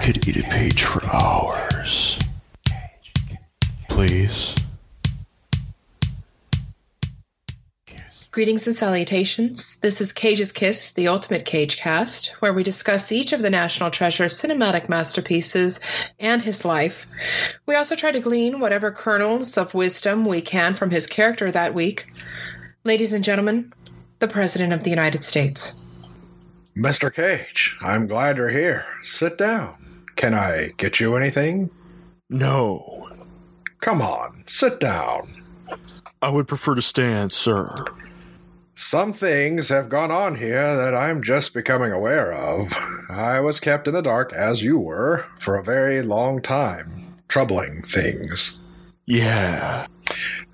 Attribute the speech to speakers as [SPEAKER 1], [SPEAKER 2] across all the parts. [SPEAKER 1] could eat a page for hours. Please.
[SPEAKER 2] Greetings and salutations. This is Cage's Kiss, the ultimate Cage cast, where we discuss each of the National Treasure's cinematic masterpieces and his life. We also try to glean whatever kernels of wisdom we can from his character that week. Ladies and gentlemen, the President of the United States.
[SPEAKER 3] Mr. Cage, I'm glad you're here. Sit down. Can I get you anything?
[SPEAKER 1] No.
[SPEAKER 3] Come on, sit down.
[SPEAKER 1] I would prefer to stand, sir.
[SPEAKER 3] Some things have gone on here that I'm just becoming aware of. I was kept in the dark, as you were, for a very long time. Troubling things.
[SPEAKER 1] Yeah.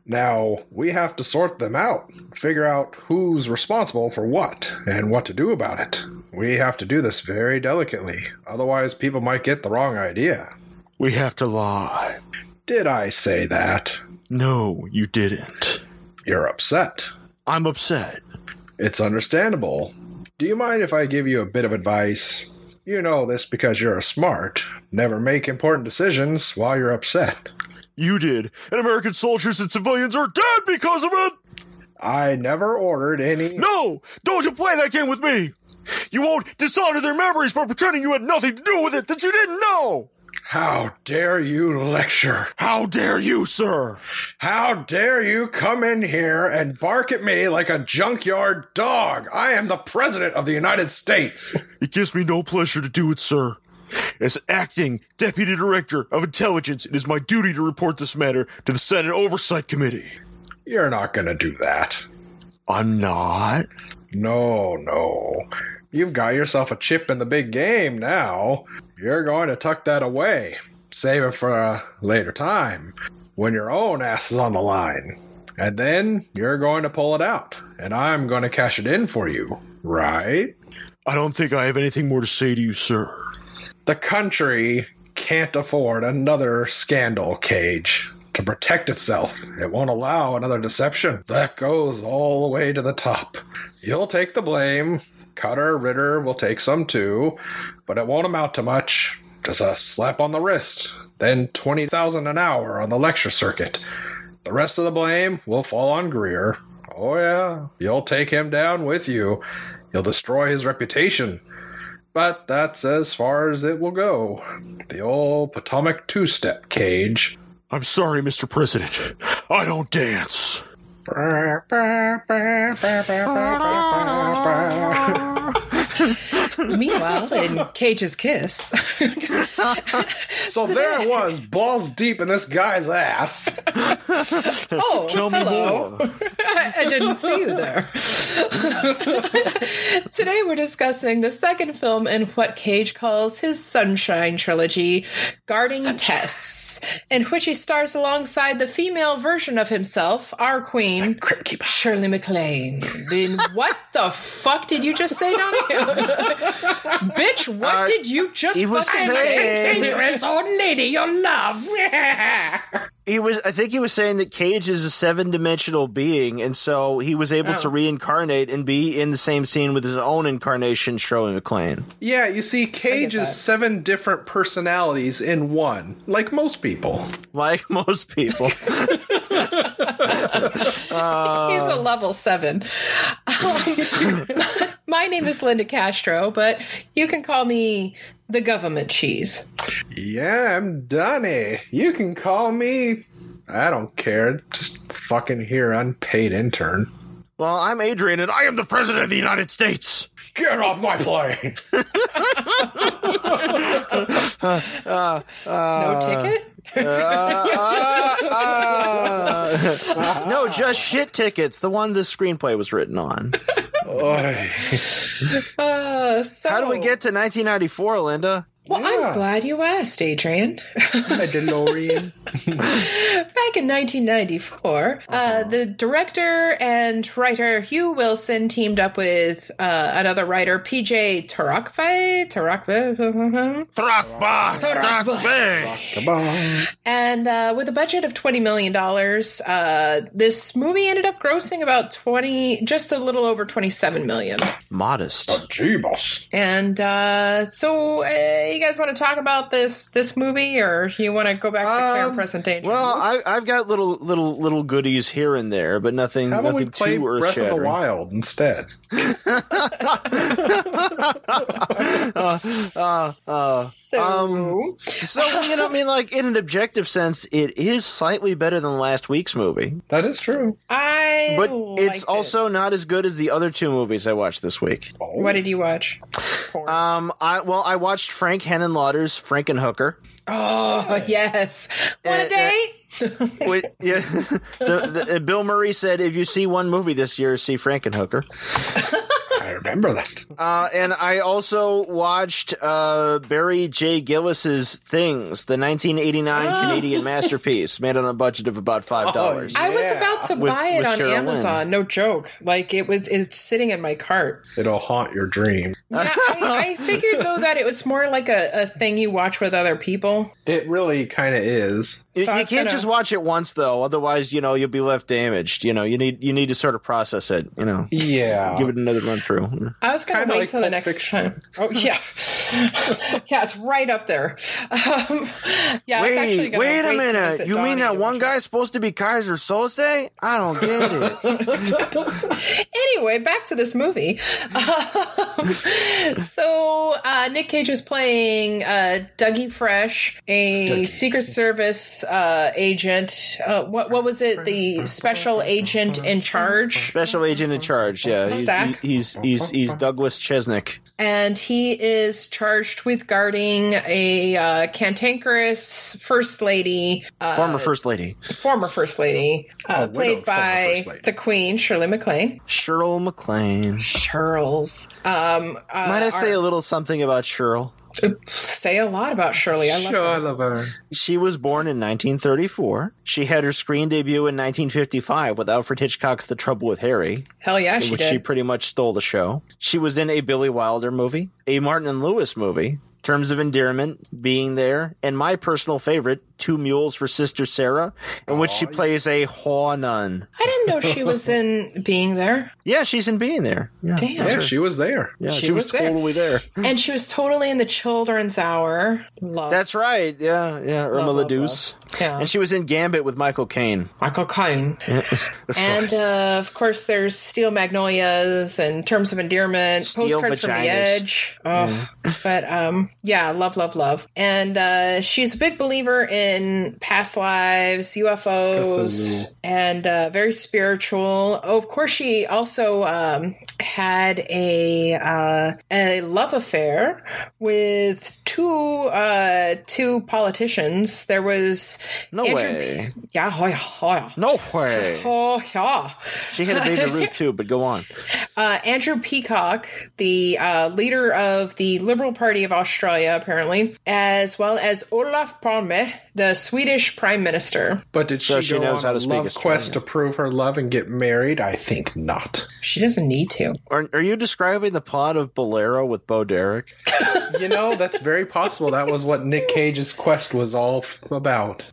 [SPEAKER 3] Now, we have to sort them out, figure out who's responsible for what, and what to do about it. We have to do this very delicately, otherwise, people might get the wrong idea.
[SPEAKER 1] We have to lie.
[SPEAKER 3] Did I say that?
[SPEAKER 1] No, you didn't.
[SPEAKER 3] You're upset.
[SPEAKER 1] I'm upset.
[SPEAKER 3] It's understandable. Do you mind if I give you a bit of advice? You know this because you're smart. Never make important decisions while you're upset.
[SPEAKER 1] You did. And American soldiers and civilians are dead because of it!
[SPEAKER 3] I never ordered any.
[SPEAKER 1] No! Don't you play that game with me! You won't dishonor their memories by pretending you had nothing to do with it that you didn't know!
[SPEAKER 3] How dare you lecture?
[SPEAKER 1] How dare you, sir?
[SPEAKER 3] How dare you come in here and bark at me like a junkyard dog? I am the President of the United States.
[SPEAKER 1] It gives me no pleasure to do it, sir. As acting deputy director of intelligence, it is my duty to report this matter to the Senate Oversight Committee.
[SPEAKER 3] You're not going to do that.
[SPEAKER 1] I'm not.
[SPEAKER 3] No, no. You've got yourself a chip in the big game now. You're going to tuck that away. Save it for a later time when your own ass is on the line. And then you're going to pull it out, and I'm going to cash it in for you, right?
[SPEAKER 1] I don't think I have anything more to say to you, sir.
[SPEAKER 3] The country can't afford another scandal cage to protect itself. It won't allow another deception. That goes all the way to the top. You'll take the blame. Cutter Ritter will take some too, but it won't amount to much. Just a slap on the wrist, then 20,000 an hour on the lecture circuit. The rest of the blame will fall on Greer. Oh, yeah, you'll take him down with you. You'll destroy his reputation. But that's as far as it will go. The old Potomac two step cage.
[SPEAKER 1] I'm sorry, Mr. President. I don't dance.
[SPEAKER 2] Meanwhile, in Cage's Kiss,
[SPEAKER 3] So there it was, balls deep in this guy's ass.
[SPEAKER 2] oh,
[SPEAKER 1] Tell me
[SPEAKER 2] hello.
[SPEAKER 1] more.
[SPEAKER 2] I didn't see you there. Today we're discussing the second film in what Cage calls his Sunshine trilogy, Guarding Tess, in which he stars alongside the female version of himself, our queen, Shirley MacLaine. Then what the fuck did you just say, Donnie? Bitch, what did you just
[SPEAKER 4] he was
[SPEAKER 2] fucking
[SPEAKER 4] saying-
[SPEAKER 2] say?
[SPEAKER 4] He was I think he was saying that Cage is a seven dimensional being, and so he was able
[SPEAKER 3] Oh.
[SPEAKER 4] to reincarnate and be in the same scene with his own incarnation, Shirley MacLaine.
[SPEAKER 3] Yeah, you see, Cage
[SPEAKER 2] that.
[SPEAKER 3] is seven different personalities in one, like most people.
[SPEAKER 4] Like most people.
[SPEAKER 2] He's a level seven. Um, my name is Linda Castro, but you can call me the government cheese.
[SPEAKER 3] Yeah, I'm Donnie. You can call me. I don't care. Just fucking here, unpaid intern.
[SPEAKER 4] well, I'm Adrian and I am the president of the United States.
[SPEAKER 3] Get off my plane!
[SPEAKER 2] No
[SPEAKER 4] Uh,
[SPEAKER 2] ticket?
[SPEAKER 3] Uh.
[SPEAKER 4] no, just shit tickets, the one this screenplay was written on.
[SPEAKER 3] Oy.
[SPEAKER 2] Uh, so,
[SPEAKER 4] How do
[SPEAKER 3] Oh.
[SPEAKER 4] we get to nineteen ninety four, Linda?
[SPEAKER 2] Well,
[SPEAKER 3] Yeah.
[SPEAKER 2] I'm glad you asked, Adrian.
[SPEAKER 3] A DeLorean.
[SPEAKER 2] Back in 1994, uh, the director and writer Hugh Wilson teamed up with uh, another writer, PJ Tarakve, Tarakve,
[SPEAKER 4] Thrakba! Thrakbe!
[SPEAKER 3] Come on.
[SPEAKER 2] And uh, with a budget of twenty million dollars, uh, this movie ended up grossing about twenty, just a little over twenty-seven million.
[SPEAKER 4] Modest.
[SPEAKER 3] Jeebus.
[SPEAKER 2] And uh, so uh, you guys want to talk about this this movie, or you want to go back to Claire
[SPEAKER 3] Um,
[SPEAKER 2] Present Danger?
[SPEAKER 4] Well, I, I've got little little little goodies here and there, but nothing
[SPEAKER 3] How about we
[SPEAKER 4] nothing
[SPEAKER 3] play
[SPEAKER 4] too earth
[SPEAKER 3] Breath of the
[SPEAKER 4] shattering.
[SPEAKER 3] Wild instead?
[SPEAKER 4] Uh, uh,
[SPEAKER 2] so,
[SPEAKER 4] um, so you know, I mean, like in an objective sense, it is slightly better than last week's movie,
[SPEAKER 3] That is true.
[SPEAKER 2] I
[SPEAKER 4] but
[SPEAKER 2] liked
[SPEAKER 4] it's
[SPEAKER 2] it.
[SPEAKER 4] also not as good as the other two movies I watched this week.
[SPEAKER 3] Oh,
[SPEAKER 2] What did you watch? Porn.
[SPEAKER 4] Um, I well, I watched Frank Henenlotter's Frankenhooker.
[SPEAKER 2] oh yes, want
[SPEAKER 4] uh, uh,
[SPEAKER 2] a date?
[SPEAKER 4] Wait, yeah, the, the, uh, Bill Murray said, "If you see one movie this year, see Frankenhooker."
[SPEAKER 3] I remember that.
[SPEAKER 4] Uh, and I also watched uh, Barry J. Gillis's Things, the 1989 Canadian masterpiece, made on a budget of about five dollars.
[SPEAKER 2] I was
[SPEAKER 3] Yeah.
[SPEAKER 2] about to
[SPEAKER 4] With-
[SPEAKER 2] buy it
[SPEAKER 4] with
[SPEAKER 2] on
[SPEAKER 4] Cheryl Lynn.
[SPEAKER 2] Amazon. No joke. Like it was, it's sitting in my cart.
[SPEAKER 3] It'll haunt your dream.
[SPEAKER 2] Yeah, I, I figured though that it was more like a, a thing you watch with other people.
[SPEAKER 3] It really kind of is.
[SPEAKER 4] you,
[SPEAKER 2] so I
[SPEAKER 4] you
[SPEAKER 2] was
[SPEAKER 4] can't
[SPEAKER 2] gonna-
[SPEAKER 4] just watch it once, though. Otherwise, you know you'll be left damaged. You know you need you need to sort of process it. You know,
[SPEAKER 3] Yeah.
[SPEAKER 4] give it another run through.
[SPEAKER 2] I was gonna
[SPEAKER 3] Kinda
[SPEAKER 2] wait
[SPEAKER 3] like
[SPEAKER 2] till the
[SPEAKER 3] Pulp
[SPEAKER 2] next
[SPEAKER 3] Fiction.
[SPEAKER 2] time. Oh yeah, yeah, it's right up there. Um, yeah, I was actually
[SPEAKER 4] Wait,
[SPEAKER 2] gonna
[SPEAKER 4] wait a
[SPEAKER 2] to
[SPEAKER 4] minute!
[SPEAKER 2] visit
[SPEAKER 4] You mean
[SPEAKER 2] Donnie
[SPEAKER 4] that
[SPEAKER 2] to
[SPEAKER 4] one
[SPEAKER 2] watch
[SPEAKER 4] guy's supposed to be Kaiser Solse? I don't get it.
[SPEAKER 2] it. Anyway, back to this movie. Um, so uh, Nick Cage is playing uh, Dougie Fresh, a Secret Service uh, agent. Uh, what what was it? The special agent in charge.
[SPEAKER 4] Special agent in charge. Yeah, he's
[SPEAKER 2] Sack.
[SPEAKER 4] he- he's, he's he's Douglas Chesnick.
[SPEAKER 2] and he is charged with guarding a uh, cantankerous first lady, uh,
[SPEAKER 4] former first lady
[SPEAKER 2] former first lady,
[SPEAKER 4] Oh,
[SPEAKER 2] uh,
[SPEAKER 3] widowed
[SPEAKER 2] played
[SPEAKER 3] former
[SPEAKER 2] by
[SPEAKER 3] first lady.
[SPEAKER 2] the Queen Shirley MacLaine.
[SPEAKER 4] Cheryl McLean.
[SPEAKER 2] Charles, um, uh,
[SPEAKER 4] Might I say
[SPEAKER 2] our-
[SPEAKER 4] a little something about Cheryl?
[SPEAKER 2] say a lot about Shirley? I love her.
[SPEAKER 3] Sure, lover.
[SPEAKER 4] She was born in 1934. She had her screen debut in 1955 with Alfred Hitchcock's The Trouble with Harry,
[SPEAKER 2] Hell yeah,
[SPEAKER 4] in
[SPEAKER 2] she
[SPEAKER 4] which
[SPEAKER 2] did.
[SPEAKER 4] she pretty much stole the show. She was in a Billy Wilder movie, a Martin and Lewis movie, Terms of Endearment, Being There, and my personal favorite, Two Mules for Sister Sarah, in which she
[SPEAKER 2] Oh,
[SPEAKER 4] plays a Haw nun.
[SPEAKER 2] I didn't know she was in being there.
[SPEAKER 4] Yeah, she's in Being There. Yeah,
[SPEAKER 2] Damn.
[SPEAKER 3] Yeah, she was there.
[SPEAKER 4] yeah she,
[SPEAKER 2] She
[SPEAKER 4] was,
[SPEAKER 2] was there.
[SPEAKER 4] totally there.
[SPEAKER 2] And she was totally in the children's hour. Love
[SPEAKER 4] That's right. Yeah, yeah. Irma
[SPEAKER 2] love,
[SPEAKER 4] LaDuce.
[SPEAKER 2] yeah.
[SPEAKER 4] And she was in Gambit with Michael Caine.
[SPEAKER 2] Michael Caine. and uh, of course, there's Steel Magnolias and Terms of Endearment, Postcards from
[SPEAKER 4] Vaginas.
[SPEAKER 2] the Edge. Oh, but um, yeah, love, love, love. And uh, she's a big believer in past lives, UFOs,
[SPEAKER 3] Cthulhu.
[SPEAKER 2] and uh, very spiritual. Oh, of course, she also um, had a uh, a love affair with two uh, two politicians. There was
[SPEAKER 4] No way.
[SPEAKER 2] yeah, oh yeah, oh yeah.
[SPEAKER 4] No way.
[SPEAKER 2] Oh yeah,
[SPEAKER 4] She had a baby Ruth too, but go on.
[SPEAKER 2] uh, Andrew Peacock, the uh, leader of the Liberal Party of Australia, apparently, as well as Olaf Palme, the Swedish Prime Minister.
[SPEAKER 3] But did
[SPEAKER 4] So
[SPEAKER 3] she,
[SPEAKER 4] she
[SPEAKER 3] go
[SPEAKER 4] knows
[SPEAKER 3] on
[SPEAKER 4] how to
[SPEAKER 3] a
[SPEAKER 4] speak
[SPEAKER 3] love
[SPEAKER 4] Australian.
[SPEAKER 3] quest to prove her love and get married? I think not.
[SPEAKER 2] She doesn't need to.
[SPEAKER 4] Are, are you describing the plot of Bolero with Bo Derek?
[SPEAKER 3] You know, that's very possible. That was what Nick Cage's quest was all f- about.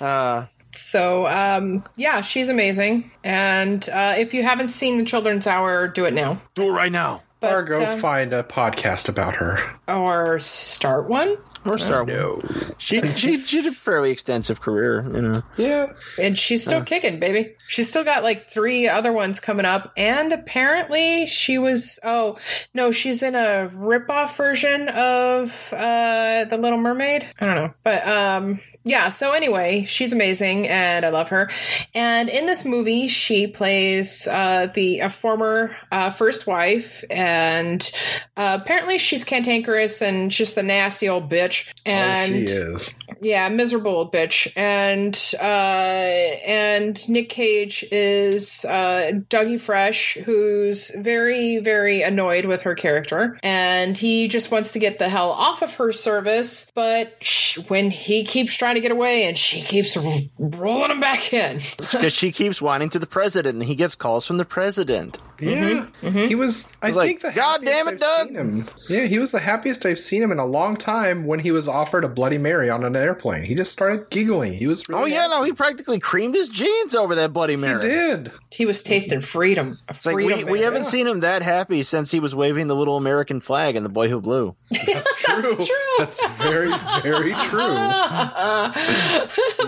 [SPEAKER 4] Uh,
[SPEAKER 2] So um, yeah, she's amazing. And uh, if you haven't seen the Children's Hour, do it now.
[SPEAKER 4] Do it right now.
[SPEAKER 2] But,
[SPEAKER 3] or go
[SPEAKER 2] um,
[SPEAKER 3] find a podcast about her.
[SPEAKER 2] or start one.
[SPEAKER 4] Or Star Wars. She she she did a fairly extensive career, you know.
[SPEAKER 3] Yeah.
[SPEAKER 2] And she's still kicking, baby. She's still got like three other ones coming up. And apparently she was oh no, she's in a ripoff version of uh The Little Mermaid. I don't know. But um yeah, so anyway, she's amazing and I love her. And in this movie, she plays uh the a former uh first wife and uh, apparently she's cantankerous and just a nasty old bitch. And
[SPEAKER 3] Oh, she is.
[SPEAKER 2] yeah, miserable old bitch. And uh and Nick Cage is uh Dougie Fresh, who's very, very annoyed with her character, and he just wants to get the hell off of her service, but sh- when he keeps trying to get away and she keeps r- rolling him back in.
[SPEAKER 4] Because she keeps whining to the president and he gets calls from the president.
[SPEAKER 3] Yeah. He was, I
[SPEAKER 4] like,
[SPEAKER 3] think, the
[SPEAKER 4] "God damn
[SPEAKER 3] happiest
[SPEAKER 4] it,
[SPEAKER 3] I've
[SPEAKER 4] Doug."
[SPEAKER 3] seen him. Yeah, he was the happiest I've seen him in a long time when he was offered a Bloody Mary on an airplane. He just started giggling. He was really
[SPEAKER 4] Oh yeah, no, he practically creamed his jeans over that Bloody Mary.
[SPEAKER 3] he did.
[SPEAKER 2] He was tasting freedom.
[SPEAKER 4] It's like we, we haven't seen him that happy since he was waving the little American flag in The Boy Who Blew.
[SPEAKER 3] That's true. That's,
[SPEAKER 2] true.
[SPEAKER 3] very, very true.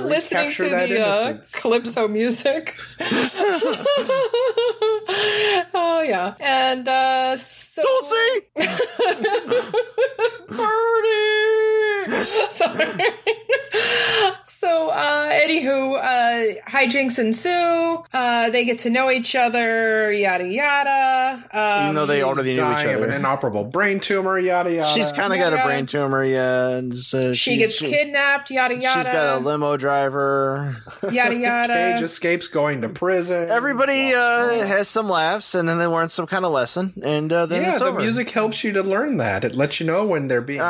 [SPEAKER 2] listening
[SPEAKER 3] capture
[SPEAKER 2] to
[SPEAKER 3] that
[SPEAKER 2] the uh,
[SPEAKER 3] innocence.
[SPEAKER 2] calypso music. oh yeah, and uh, so
[SPEAKER 4] Tulsi!
[SPEAKER 2] Birdie! Sorry. so, uh, anywho, uh, hijinks ensue. Uh, they get to know each other, yada yada. Um,
[SPEAKER 4] Even though they already knew each
[SPEAKER 3] Dying of an
[SPEAKER 4] other.
[SPEAKER 3] inoperable brain tumor, yada yada.
[SPEAKER 4] She's kind of got a brain tumor, yeah. And so
[SPEAKER 2] she gets kidnapped, yada yada.
[SPEAKER 4] She's got a limo driver.
[SPEAKER 2] yada
[SPEAKER 3] Cage
[SPEAKER 2] yada.
[SPEAKER 3] escapes going to prison.
[SPEAKER 4] Everybody uh, has some laughs, and then they learn some kind of lesson, and uh, then
[SPEAKER 3] yeah,
[SPEAKER 4] it's
[SPEAKER 3] the
[SPEAKER 4] over.
[SPEAKER 3] music helps you to learn that. It lets you know when they're being
[SPEAKER 4] Uh,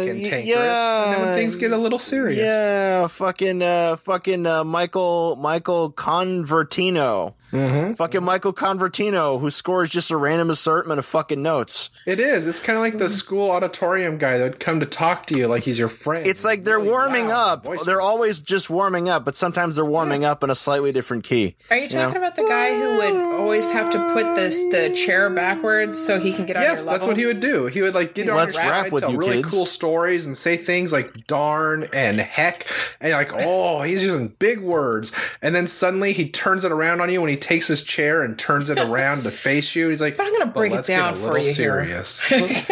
[SPEAKER 3] funny and
[SPEAKER 4] y-
[SPEAKER 3] cantankerous, and then
[SPEAKER 4] yeah.
[SPEAKER 3] when things get a little serious.
[SPEAKER 4] Yeah, fucking, uh, fucking uh, Michael Michael Convertino,
[SPEAKER 3] Mm-hmm.
[SPEAKER 4] fucking Michael Convertino, who scores just a random assortment of fucking notes.
[SPEAKER 3] It is. It's kind of like the
[SPEAKER 4] Mm-hmm.
[SPEAKER 3] school auditorium guy that would come to talk to you like he's your friend.
[SPEAKER 4] It's like they're
[SPEAKER 3] Really
[SPEAKER 4] warming
[SPEAKER 3] loud,
[SPEAKER 4] up.
[SPEAKER 3] boisterous.
[SPEAKER 4] They're always just warming up, but sometimes they're warming up in a slightly different key.
[SPEAKER 2] Are you talking about the guy who would always have to put this the chair backwards so he can get on
[SPEAKER 3] Yes,
[SPEAKER 2] your level?
[SPEAKER 3] that's what he would do. He would like get on
[SPEAKER 4] Let's
[SPEAKER 3] your
[SPEAKER 4] rap
[SPEAKER 3] side,
[SPEAKER 4] with
[SPEAKER 3] tell
[SPEAKER 4] you
[SPEAKER 3] really
[SPEAKER 4] kids.
[SPEAKER 3] cool stories and say things like darn and heck and like oh he's using big words and then suddenly he turns it around on you when he takes his chair and turns it around to face you. He's like,
[SPEAKER 2] But I'm gonna
[SPEAKER 3] "But
[SPEAKER 2] break it
[SPEAKER 3] let's get
[SPEAKER 2] down
[SPEAKER 3] a
[SPEAKER 2] for
[SPEAKER 3] little
[SPEAKER 2] you here."
[SPEAKER 3] serious.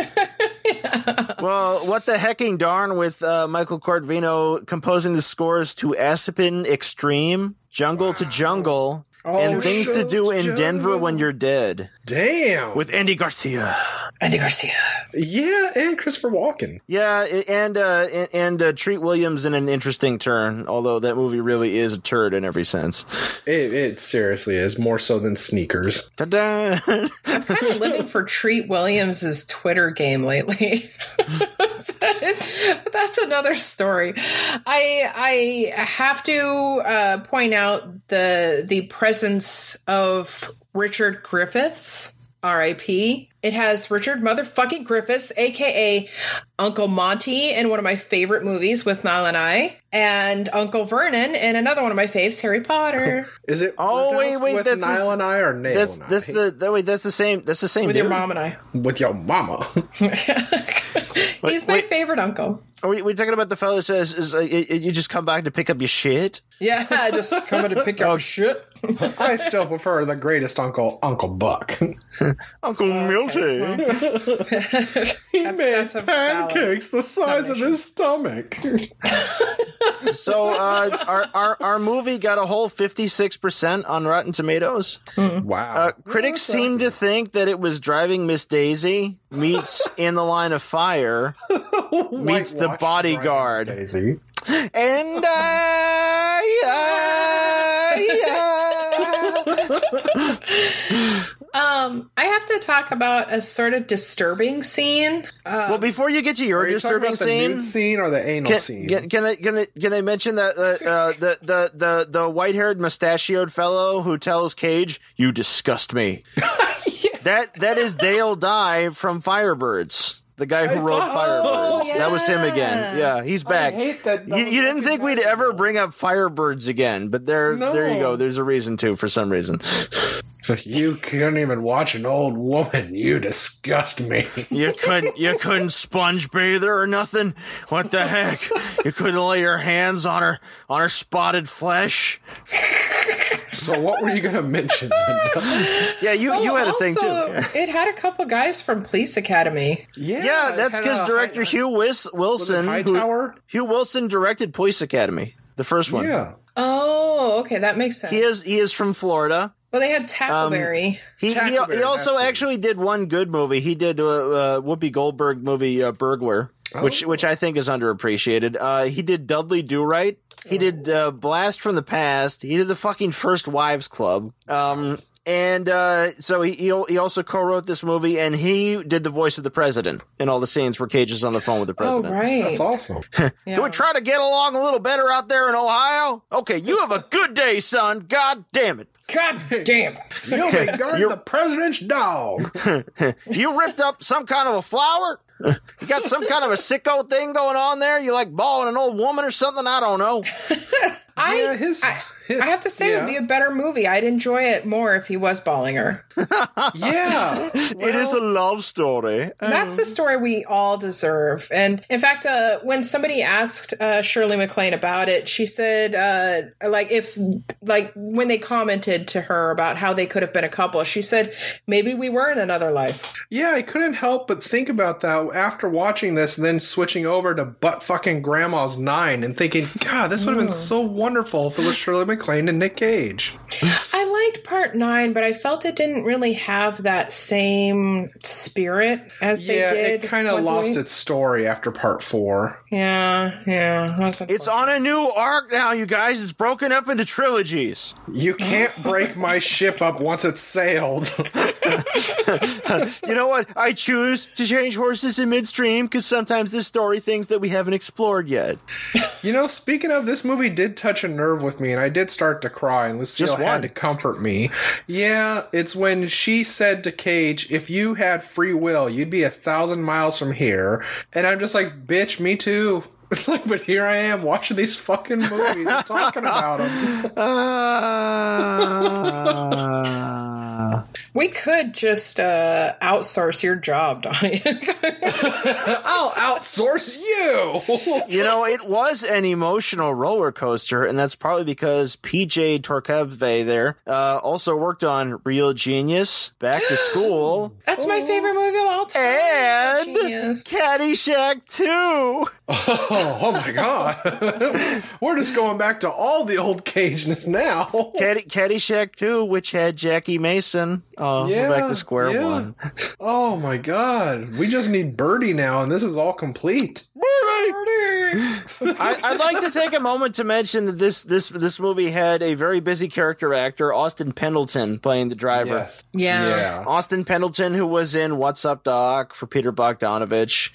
[SPEAKER 4] Well, what the hecking darn with uh, Michael Corvino composing the scores to Aspen Extreme, Jungle to Jungle,
[SPEAKER 2] Oh,
[SPEAKER 4] and Things to
[SPEAKER 3] shoot,
[SPEAKER 4] Do in Denver
[SPEAKER 3] jungle.
[SPEAKER 4] When You're Dead
[SPEAKER 3] Damn.
[SPEAKER 4] with Andy Garcia.
[SPEAKER 2] Andy Garcia.
[SPEAKER 3] yeah, and Christopher Walken.
[SPEAKER 4] Yeah, a- and uh, and, and uh, treat Williams in an interesting turn, although that movie really is a turd in every sense.
[SPEAKER 3] It, it seriously is more so than sneakers.
[SPEAKER 4] Ta-da!
[SPEAKER 2] I'm kind of living for Treat Williams's Twitter game lately. but that's another story. I I have to uh, point out the the presence of Richard Griffiths, R.I.P. It has Richard motherfucking Griffiths, aka Uncle Monty, in one of my favorite movies with Nile and I, and Uncle Vernon in another one of my faves, Harry Potter.
[SPEAKER 3] Is it?
[SPEAKER 4] Oh,
[SPEAKER 3] pronounced
[SPEAKER 4] wait, wait,
[SPEAKER 3] With
[SPEAKER 4] that's
[SPEAKER 3] Nile
[SPEAKER 4] this-
[SPEAKER 3] and I or Nail
[SPEAKER 4] that's
[SPEAKER 3] and I?
[SPEAKER 4] that's the that, wait, that's the same that's the same
[SPEAKER 2] With your
[SPEAKER 4] dude.
[SPEAKER 2] mom and I.
[SPEAKER 3] with your mama.
[SPEAKER 2] He's my
[SPEAKER 4] wait.
[SPEAKER 2] favorite uncle.
[SPEAKER 4] Are we, we talking about the fellow who says is, uh, y- y- you just come back to pick up your shit?
[SPEAKER 2] Yeah, just coming to pick
[SPEAKER 4] Oh.
[SPEAKER 2] up shit.
[SPEAKER 3] I still prefer the greatest uncle, Uncle Buck. he
[SPEAKER 4] Uncle Milty.
[SPEAKER 3] made
[SPEAKER 2] that's a
[SPEAKER 3] pancakes the size of his stomach.
[SPEAKER 4] So uh, our, our our movie got a whole fifty six percent on Rotten Tomatoes.
[SPEAKER 3] wow.
[SPEAKER 4] Uh, critics seem to think that it was driving Miss Daisy meets In the Line of Fire, meets The
[SPEAKER 3] Whitewashed
[SPEAKER 4] Bodyguard.
[SPEAKER 3] Brian Stacy.
[SPEAKER 4] and I, I- I-
[SPEAKER 2] Um, I have to talk about a sort of disturbing scene. Uh,
[SPEAKER 4] Well, before you get to your
[SPEAKER 3] Um, Are you talking
[SPEAKER 4] disturbing
[SPEAKER 3] about the
[SPEAKER 4] scene.
[SPEAKER 3] nude scene or the anal
[SPEAKER 4] Can,
[SPEAKER 3] scene?
[SPEAKER 4] can, can I can I can I mention that uh, uh, the the the the white haired mustachioed fellow who tells Cage, "You disgust me." That that is Dale Dye from Firebirds, the guy who wrote
[SPEAKER 3] thought so.
[SPEAKER 4] Firebirds.
[SPEAKER 2] Oh,
[SPEAKER 4] That was him again.
[SPEAKER 2] yeah.
[SPEAKER 4] Yeah, he's back.
[SPEAKER 3] hate that-
[SPEAKER 4] You, you didn't think we'd ever bring up Firebirds again, but there there you
[SPEAKER 3] No.
[SPEAKER 4] go. There's a reason to for some reason.
[SPEAKER 3] It's like, you couldn't even watch an old woman. You disgust me.
[SPEAKER 4] You couldn't you couldn't sponge bathe her or nothing. What the heck? You couldn't lay your hands on her on her spotted flesh.
[SPEAKER 3] so what were you going to mention? Linda?
[SPEAKER 4] Yeah, you you had a thing
[SPEAKER 3] Oh,
[SPEAKER 4] too.
[SPEAKER 2] Oh, also,
[SPEAKER 4] Yeah.
[SPEAKER 2] It had a couple guys from Police Academy.
[SPEAKER 3] yeah,
[SPEAKER 4] Yeah, that's
[SPEAKER 3] kinda
[SPEAKER 4] because director
[SPEAKER 3] high-
[SPEAKER 4] Hugh Wis-
[SPEAKER 3] was it
[SPEAKER 4] Wilson, who,
[SPEAKER 3] Hightower.
[SPEAKER 4] Hugh Wilson directed Police Academy, the first one.
[SPEAKER 3] Yeah.
[SPEAKER 2] Oh, okay, that makes sense.
[SPEAKER 4] He is he is from Florida.
[SPEAKER 2] well, they had Tackleberry.
[SPEAKER 4] He he,
[SPEAKER 3] Tackleberry,
[SPEAKER 4] he also
[SPEAKER 3] that's it.
[SPEAKER 4] actually did one good movie. He did uh, uh, Whoopi Goldberg movie uh, Burglar, which which I think is underappreciated. Uh, he did Dudley Do Right. He did uh, Blast from the Past. He did the fucking First Wives Club. Um, and uh, so he he al- he also co-wrote this movie, and he did the voice of the president in all the scenes where Cage is on the phone with the
[SPEAKER 2] oh,
[SPEAKER 4] president.
[SPEAKER 2] right.
[SPEAKER 3] That's awesome.
[SPEAKER 2] Yeah.
[SPEAKER 4] Can we try to get along a little better out there in Ohio? Okay, you have a good day, son. God damn it.
[SPEAKER 2] God damn.
[SPEAKER 3] You'll be guarding the president's dog.
[SPEAKER 4] You ripped up some kind of a flower? You got some kind of a sicko thing going on there? You like balling an old woman or something? I don't know.
[SPEAKER 2] I,
[SPEAKER 3] Yeah, his-
[SPEAKER 2] I,
[SPEAKER 3] his-
[SPEAKER 2] I have to say, it
[SPEAKER 3] yeah.
[SPEAKER 2] would be a better movie. I'd enjoy it more if he was balling her.
[SPEAKER 3] yeah.
[SPEAKER 4] it is a love story.
[SPEAKER 2] That's
[SPEAKER 3] Oh.
[SPEAKER 2] the story we all deserve. And in fact, uh, when somebody asked uh, Shirley MacLaine about it, she said, uh, like, if, like, when they commented to her about how they could have been a couple, she said, maybe we were in another life.
[SPEAKER 3] Yeah, I couldn't help but think about that after watching this and then switching over to butt fucking grandma's nine and thinking, God, this would have been so wonderful if it was Shirley MacLaine and Nick Cage.
[SPEAKER 2] I liked part nine, but I felt it didn't really have that same spirit as they
[SPEAKER 3] yeah,
[SPEAKER 2] did.
[SPEAKER 3] it kind of
[SPEAKER 2] with
[SPEAKER 3] lost
[SPEAKER 2] Louis.
[SPEAKER 3] its story after part four.
[SPEAKER 2] Yeah, yeah. that's
[SPEAKER 4] It's
[SPEAKER 2] unfortunate.
[SPEAKER 4] on a new arc now, you guys. It's broken up into trilogies.
[SPEAKER 3] You can't break my ship up once it's sailed.
[SPEAKER 4] You know what? I choose to change horses in midstream because sometimes there's story things that we haven't explored yet.
[SPEAKER 3] you know, speaking of, this movie did touch a nerve with me, and I did start to cry, and Lucille
[SPEAKER 4] Just one.
[SPEAKER 3] had to comfort me. Yeah, it's when she said to Cage, if you had free will, you'd be a thousand miles from here. And I'm just like, bitch, me too. It's like, but here I am watching these fucking movies and talking about them.
[SPEAKER 4] Ah.
[SPEAKER 2] We could just uh, outsource your job, Donnie.
[SPEAKER 3] I'll outsource you.
[SPEAKER 4] you know, it was an emotional roller coaster, and that's probably because PJ Torqueve there uh, also worked on Real Genius, Back to School,
[SPEAKER 2] That's
[SPEAKER 3] Oh.
[SPEAKER 2] my favorite movie of all time.
[SPEAKER 4] and
[SPEAKER 2] Genius.
[SPEAKER 4] Caddyshack 2.
[SPEAKER 3] Oh, oh my god. We're just going back to all the old cageness now.
[SPEAKER 4] Caddy, Caddyshack 2, which had Jackie Mason. Oh, we're back
[SPEAKER 3] Yeah,
[SPEAKER 4] to square
[SPEAKER 3] yeah.
[SPEAKER 4] one.
[SPEAKER 3] Oh my god. We just need Birdie now and this is all complete.
[SPEAKER 4] I, I'd like to take a moment to mention that this this this movie had a very busy character actor, Austin Pendleton, playing the driver.
[SPEAKER 2] Yeah.
[SPEAKER 3] Yeah.
[SPEAKER 4] Austin Pendleton, who was in What's Up Doc for Peter Bogdanovich.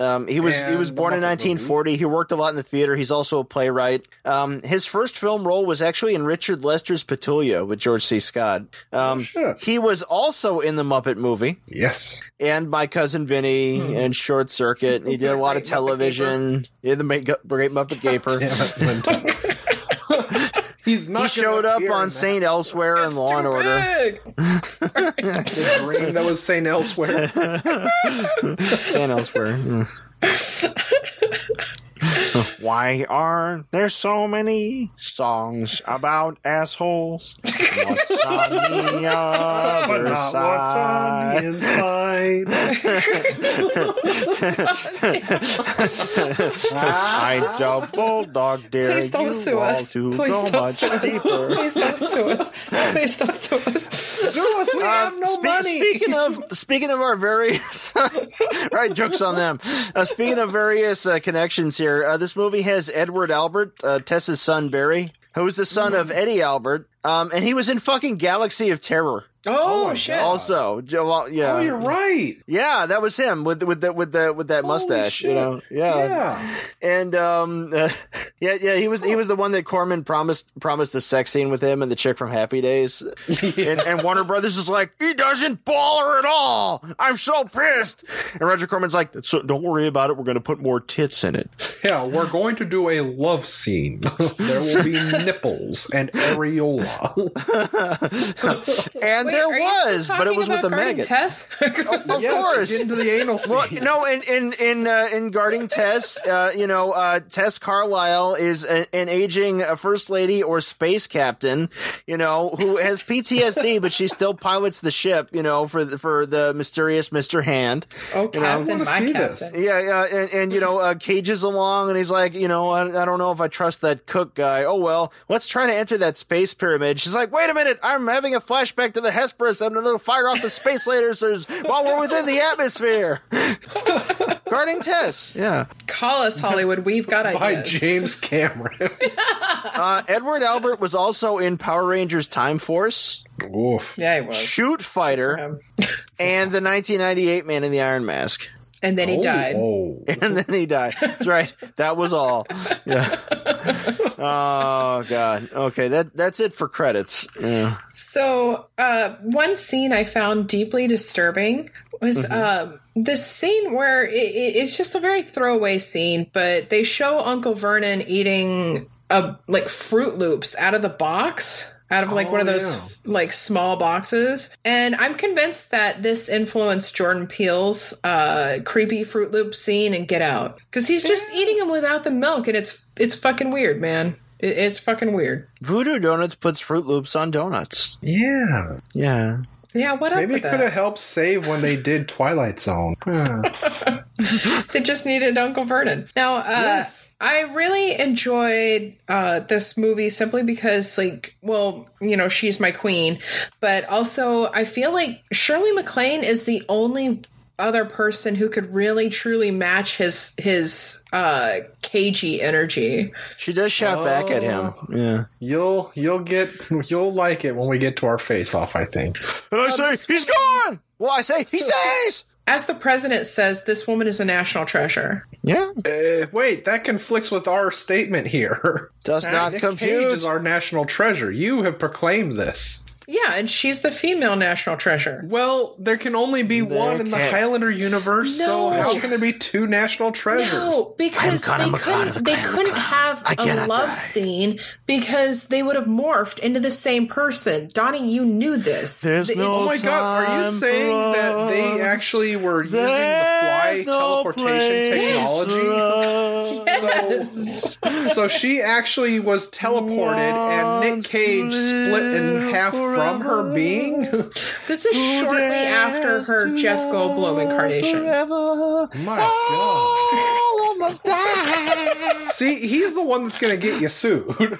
[SPEAKER 4] Um, he was he
[SPEAKER 3] And
[SPEAKER 4] was
[SPEAKER 3] the
[SPEAKER 4] born in
[SPEAKER 3] Muppet
[SPEAKER 4] 1940. He worked a lot in the theater. He's also a playwright. Um, his first film role was actually in Richard Lester's Petulia with George C. Scott. Um,
[SPEAKER 3] shit.
[SPEAKER 4] he was also in the Muppet movie
[SPEAKER 3] Yes.
[SPEAKER 4] and my cousin Vinny
[SPEAKER 3] Hmm.
[SPEAKER 4] and Short Circuit. He did a lot of
[SPEAKER 2] Great Muppet
[SPEAKER 4] television. Yeah, the Ma- Great Muppet Gaper.
[SPEAKER 3] Damn it, Linda. He's not
[SPEAKER 4] He showed
[SPEAKER 3] gonna
[SPEAKER 4] up
[SPEAKER 3] appear
[SPEAKER 4] on
[SPEAKER 3] in
[SPEAKER 4] Saint Elsewhere and Law and Order.
[SPEAKER 3] that dream that was saying elsewhere.
[SPEAKER 4] Saint Elsewhere. Mm. Why are there so many songs about assholes? What's on the
[SPEAKER 3] But
[SPEAKER 4] other
[SPEAKER 3] not what's on
[SPEAKER 4] side?
[SPEAKER 3] the inside.
[SPEAKER 4] I double dog dare
[SPEAKER 2] Please don't
[SPEAKER 4] you
[SPEAKER 2] sue
[SPEAKER 4] all
[SPEAKER 2] us.
[SPEAKER 4] to
[SPEAKER 2] Please
[SPEAKER 4] go
[SPEAKER 2] don't
[SPEAKER 4] much
[SPEAKER 2] sue us.
[SPEAKER 4] deeper.
[SPEAKER 2] Please don't sue us. Please don't sue us.
[SPEAKER 3] Sue us, we
[SPEAKER 4] Uh,
[SPEAKER 3] have no
[SPEAKER 4] spe-
[SPEAKER 3] money.
[SPEAKER 4] Speaking of speaking of our various right jokes on them. Uh, speaking of various uh, connections here, uh, this movie has Edward Albert, uh, Tessa's son Barry, who is the son of
[SPEAKER 3] Mm-hmm.
[SPEAKER 4] Eddie Albert, um, and he was in fucking Galaxy of Terror.
[SPEAKER 2] Oh,
[SPEAKER 3] my
[SPEAKER 2] shit.
[SPEAKER 3] God.
[SPEAKER 4] Also, Jo- well, yeah,
[SPEAKER 3] oh, you're right.
[SPEAKER 4] yeah, that was him with with that with the with that mustache, you
[SPEAKER 3] shit.
[SPEAKER 4] know,
[SPEAKER 3] Yeah.
[SPEAKER 4] and um, uh, yeah, yeah, he was he was the one that Corman promised promised the sex scene with him and the chick from Happy Days, and, and Warner Brothers is like, he doesn't ball her at all. I'm so pissed. And Roger Corman's like, so don't worry about it. We're going to put more tits in it.
[SPEAKER 3] Yeah, we're going to do a love scene. there will be nipples and areola.
[SPEAKER 4] And
[SPEAKER 2] Wait,
[SPEAKER 4] there
[SPEAKER 2] are you still
[SPEAKER 4] was, but it
[SPEAKER 2] talking
[SPEAKER 4] was with the Oh,
[SPEAKER 2] about Guardian
[SPEAKER 4] maggot.
[SPEAKER 2] Tess?
[SPEAKER 4] of
[SPEAKER 3] Yes,
[SPEAKER 4] course.
[SPEAKER 3] get into the anal scene.
[SPEAKER 4] Well, you know, in in in uh, in guarding Tess, uh, you know, uh, Tess Carlisle is a, an aging uh, first lady or space captain, you know, who has PTSD, but she still pilots the ship, you know, for the, for the mysterious Mister Hand.
[SPEAKER 2] oh, Captain,
[SPEAKER 3] wanna
[SPEAKER 2] my
[SPEAKER 3] see this.
[SPEAKER 2] Captain.
[SPEAKER 4] Yeah, yeah, and, and you know, uh, Cage's along, and he's like, you know, I, I don't know if I trust that cook guy. Oh well, let's try to enter that space pyramid. She's like, wait a minute, I'm having a flashback to the Hesperus. I'm gonna fire off the space lasers while we're within the atmosphere. Guarding Tess, yeah.
[SPEAKER 2] Call us, Hollywood. We've got
[SPEAKER 3] by
[SPEAKER 2] ideas.
[SPEAKER 3] James Cameron.
[SPEAKER 4] Uh, Edward Albert was also in Power Rangers Time Force,
[SPEAKER 3] Oof.
[SPEAKER 2] yeah, he was.
[SPEAKER 4] Shoot Fighter, and the 1998 Man in the Iron Mask.
[SPEAKER 2] And then he died.
[SPEAKER 3] Oh.
[SPEAKER 4] and then he died. That's right. That was all. Yeah. Oh God. Okay. That that's it for credits. Yeah.
[SPEAKER 2] So, uh, one scene I found deeply disturbing was
[SPEAKER 3] Mm-hmm.
[SPEAKER 2] um, this scene where it, it, it's just a very throwaway scene, but they show Uncle Vernon eating a like Fruit Loops out of the box. Out of like one of those
[SPEAKER 3] Oh, yeah.
[SPEAKER 2] like small boxes, and I'm convinced that this influenced Jordan Peele's uh, creepy Fruit Loop scene in Get Out because he's just eating them without the milk, and it's it's fucking weird, man. It, it's fucking weird.
[SPEAKER 4] Voodoo Donuts puts Fruit Loops on donuts.
[SPEAKER 3] Yeah.
[SPEAKER 4] Yeah.
[SPEAKER 2] Yeah, what up
[SPEAKER 3] Maybe
[SPEAKER 2] with
[SPEAKER 3] it could
[SPEAKER 2] that?
[SPEAKER 3] have helped save when they did Twilight Zone.
[SPEAKER 2] They just needed Uncle Vernon. Now, uh,
[SPEAKER 3] Yes.
[SPEAKER 2] I really enjoyed uh, this movie simply because, like, well, you know, she's my queen, but also I feel like Shirley MacLaine is the only other person who could really truly match his his uh, cagey energy.
[SPEAKER 4] She does shout back at him. Yeah.
[SPEAKER 3] You'll you'll get you'll like it when we get to our face off, I think.
[SPEAKER 1] And I say, he's gone!
[SPEAKER 4] Well, I say he stays.
[SPEAKER 2] As the president says, this woman is a national treasure.
[SPEAKER 4] Yeah.
[SPEAKER 3] Uh, wait, that conflicts with our statement here.
[SPEAKER 4] Does not
[SPEAKER 3] Nick Cage
[SPEAKER 4] compute.
[SPEAKER 3] is our national treasure. You have proclaimed this.
[SPEAKER 2] Yeah, and she's the female national treasure.
[SPEAKER 3] Well, there can only be
[SPEAKER 4] There
[SPEAKER 3] one in the
[SPEAKER 4] can't-
[SPEAKER 3] Highlander universe, so
[SPEAKER 2] No.
[SPEAKER 3] how can there be two national treasures?
[SPEAKER 2] No, because
[SPEAKER 4] Conor
[SPEAKER 2] they
[SPEAKER 4] McConnor, the
[SPEAKER 2] couldn't, they
[SPEAKER 4] Conor
[SPEAKER 2] couldn't
[SPEAKER 4] McConnor.
[SPEAKER 2] have
[SPEAKER 4] I
[SPEAKER 2] a
[SPEAKER 4] cannot
[SPEAKER 2] love
[SPEAKER 4] die.
[SPEAKER 2] scene because they would have morphed into the same person. Donnie, you knew this.
[SPEAKER 4] There's
[SPEAKER 2] The-
[SPEAKER 4] no
[SPEAKER 3] Oh my god, are you
[SPEAKER 4] time
[SPEAKER 3] saying
[SPEAKER 4] for
[SPEAKER 3] that they
[SPEAKER 4] us.
[SPEAKER 3] actually were using the fly
[SPEAKER 4] There's no
[SPEAKER 3] teleportation
[SPEAKER 4] place
[SPEAKER 3] technology?
[SPEAKER 4] left.
[SPEAKER 2] Yes.
[SPEAKER 3] So she actually was teleported and Nick
[SPEAKER 4] Wants to
[SPEAKER 3] Cage split in
[SPEAKER 4] live
[SPEAKER 3] half from her
[SPEAKER 4] forever.
[SPEAKER 3] being?
[SPEAKER 2] This is shortly after her Jeff Goldblum incarnation.
[SPEAKER 4] Forever.
[SPEAKER 3] My
[SPEAKER 4] Oh! All almost die.
[SPEAKER 3] See, he's the one that's gonna get you sued.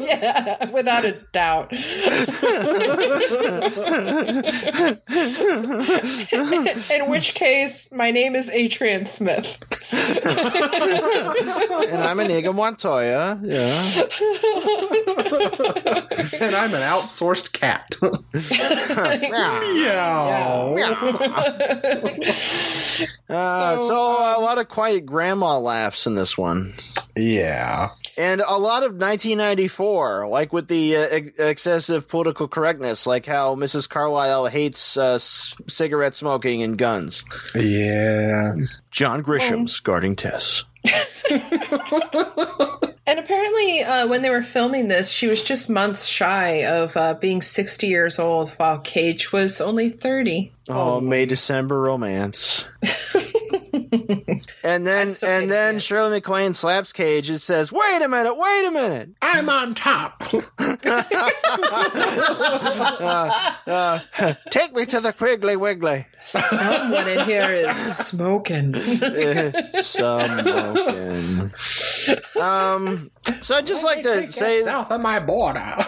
[SPEAKER 2] yeah, without a doubt. In which case, my name is Atrian Smith.
[SPEAKER 4] and I'm Inigo Montoya. Yeah.
[SPEAKER 3] and I'm an outsourced cat. yeah.
[SPEAKER 4] Uh, so,
[SPEAKER 2] So,
[SPEAKER 4] a lot of quiet grandma laughs in this one.
[SPEAKER 3] Yeah.
[SPEAKER 4] And a lot of 1994, like with the uh, ex- excessive political correctness, like how Mrs. Carlyle hates uh, s- cigarette smoking and guns.
[SPEAKER 3] Yeah.
[SPEAKER 4] John Grisham's guarding Tess.
[SPEAKER 2] And apparently, uh, when they were filming this, she was just months shy of uh, being 60 years old, while Cage was only 30.
[SPEAKER 4] Oh, May December romance. and then
[SPEAKER 2] so
[SPEAKER 4] and
[SPEAKER 2] good to
[SPEAKER 4] then
[SPEAKER 2] see it.
[SPEAKER 4] Shirley MacLaine slaps Cage and says, "Wait a minute, wait a minute."
[SPEAKER 3] I'm on top.
[SPEAKER 4] Uh, Take me to the Quiggly Wiggly.
[SPEAKER 2] Someone in here is smoking.
[SPEAKER 4] Smoking. um, so I'd just like to say,
[SPEAKER 3] south of my border.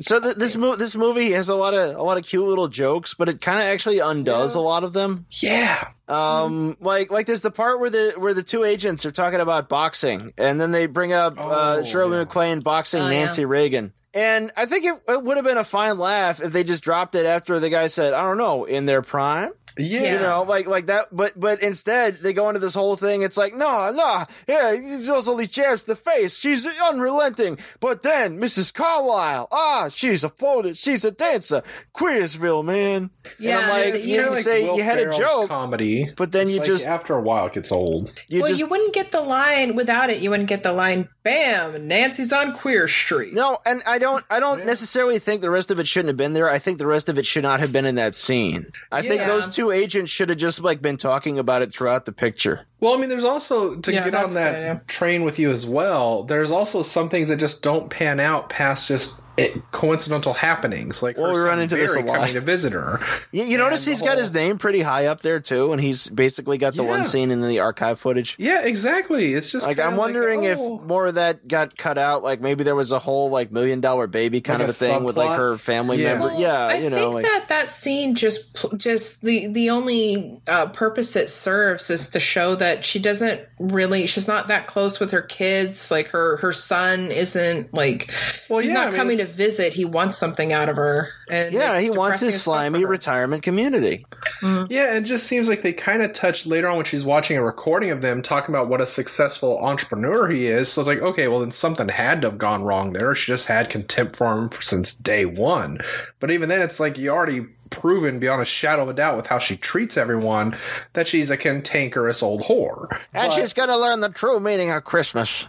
[SPEAKER 4] so th- this movie, this movie has a lot of a lot of cute little jokes, but it kind of actually undoes a lot of them.
[SPEAKER 3] yeah.
[SPEAKER 4] Um, like like there's the part where the where the two agents are talking about boxing, and then they bring up uh,
[SPEAKER 3] Oh,
[SPEAKER 4] Shirley MacLaine boxing
[SPEAKER 2] Oh,
[SPEAKER 4] Nancy Reagan. And I think it, it would have been a fine laugh if they just dropped it after the guy said, "I don't know," in their prime.
[SPEAKER 3] Yeah.
[SPEAKER 4] You know, like like that. But but instead, they go into this whole thing. It's like, no, no, yeah, he throws all these jabs to the face. She's unrelenting. But then Mrs. Carlisle, ah, she's a floater. She's a dancer. Queersville, man. and
[SPEAKER 2] Yeah,
[SPEAKER 4] I'm like,
[SPEAKER 2] it's
[SPEAKER 4] you
[SPEAKER 2] kinda
[SPEAKER 4] can
[SPEAKER 2] like
[SPEAKER 4] say you had a joke,
[SPEAKER 3] comedy,
[SPEAKER 4] but then
[SPEAKER 3] It's
[SPEAKER 4] you
[SPEAKER 3] like
[SPEAKER 4] just
[SPEAKER 3] after a while it gets old.
[SPEAKER 4] you
[SPEAKER 2] well,
[SPEAKER 4] just
[SPEAKER 2] you wouldn't get the line without it. You wouldn't get the line, bam, Nancy's on Queer Street.
[SPEAKER 4] no. And I don't I don't necessarily think the rest of it shouldn't have been there. I think the rest of it should not have been in that scene. I think
[SPEAKER 2] Yeah.
[SPEAKER 4] those two agents should have just like been talking about it throughout the picture.
[SPEAKER 3] Well, I mean, there's also to
[SPEAKER 2] Yeah,
[SPEAKER 3] get on
[SPEAKER 2] that's a good idea.
[SPEAKER 3] that train with you as well. There's also some things that just don't pan out past just it, coincidental happenings, like
[SPEAKER 4] Well,
[SPEAKER 3] her
[SPEAKER 4] we run
[SPEAKER 3] son
[SPEAKER 4] into this a
[SPEAKER 3] Barry
[SPEAKER 4] lot.
[SPEAKER 3] coming to visit her.
[SPEAKER 4] You, you notice
[SPEAKER 3] the
[SPEAKER 4] he's got his name pretty high up there too, and he's basically got the one
[SPEAKER 3] Yeah.
[SPEAKER 4] scene in the archive footage.
[SPEAKER 3] Yeah, exactly. It's just
[SPEAKER 4] Like
[SPEAKER 3] kinda
[SPEAKER 4] I'm wondering
[SPEAKER 3] oh.
[SPEAKER 4] if more of that got cut out. Like maybe there was a whole like million dollar baby kind
[SPEAKER 3] Like
[SPEAKER 4] of a
[SPEAKER 3] a
[SPEAKER 4] thing with like
[SPEAKER 3] subplot?
[SPEAKER 4] her family
[SPEAKER 3] Yeah.
[SPEAKER 4] member.
[SPEAKER 2] Well,
[SPEAKER 4] yeah,
[SPEAKER 2] I
[SPEAKER 4] you know,
[SPEAKER 2] think
[SPEAKER 4] like
[SPEAKER 2] that that scene just pl- just the the only uh, purpose it serves is to show that she doesn't really she's not that close with her kids. Like her her son isn't like
[SPEAKER 3] Well,
[SPEAKER 2] he's
[SPEAKER 3] yeah,
[SPEAKER 2] not
[SPEAKER 3] I mean,
[SPEAKER 2] coming to
[SPEAKER 3] it's-
[SPEAKER 2] visit. He wants something out of her. And
[SPEAKER 4] yeah,
[SPEAKER 2] it's
[SPEAKER 4] he wants
[SPEAKER 2] depressing
[SPEAKER 4] his
[SPEAKER 2] as fuck for
[SPEAKER 4] slimy
[SPEAKER 2] her.
[SPEAKER 4] retirement community.
[SPEAKER 3] Yeah, it just seems like they kind of touch later on when she's watching a recording of them talking about what a successful entrepreneur he is. So it's like, okay, well then something had to have gone wrong there. She just had contempt for him for, since day one. But even then, it's like you already proven beyond a shadow of a doubt with how she treats everyone that she's a cantankerous old whore.
[SPEAKER 4] And she's going to learn the true meaning of Christmas.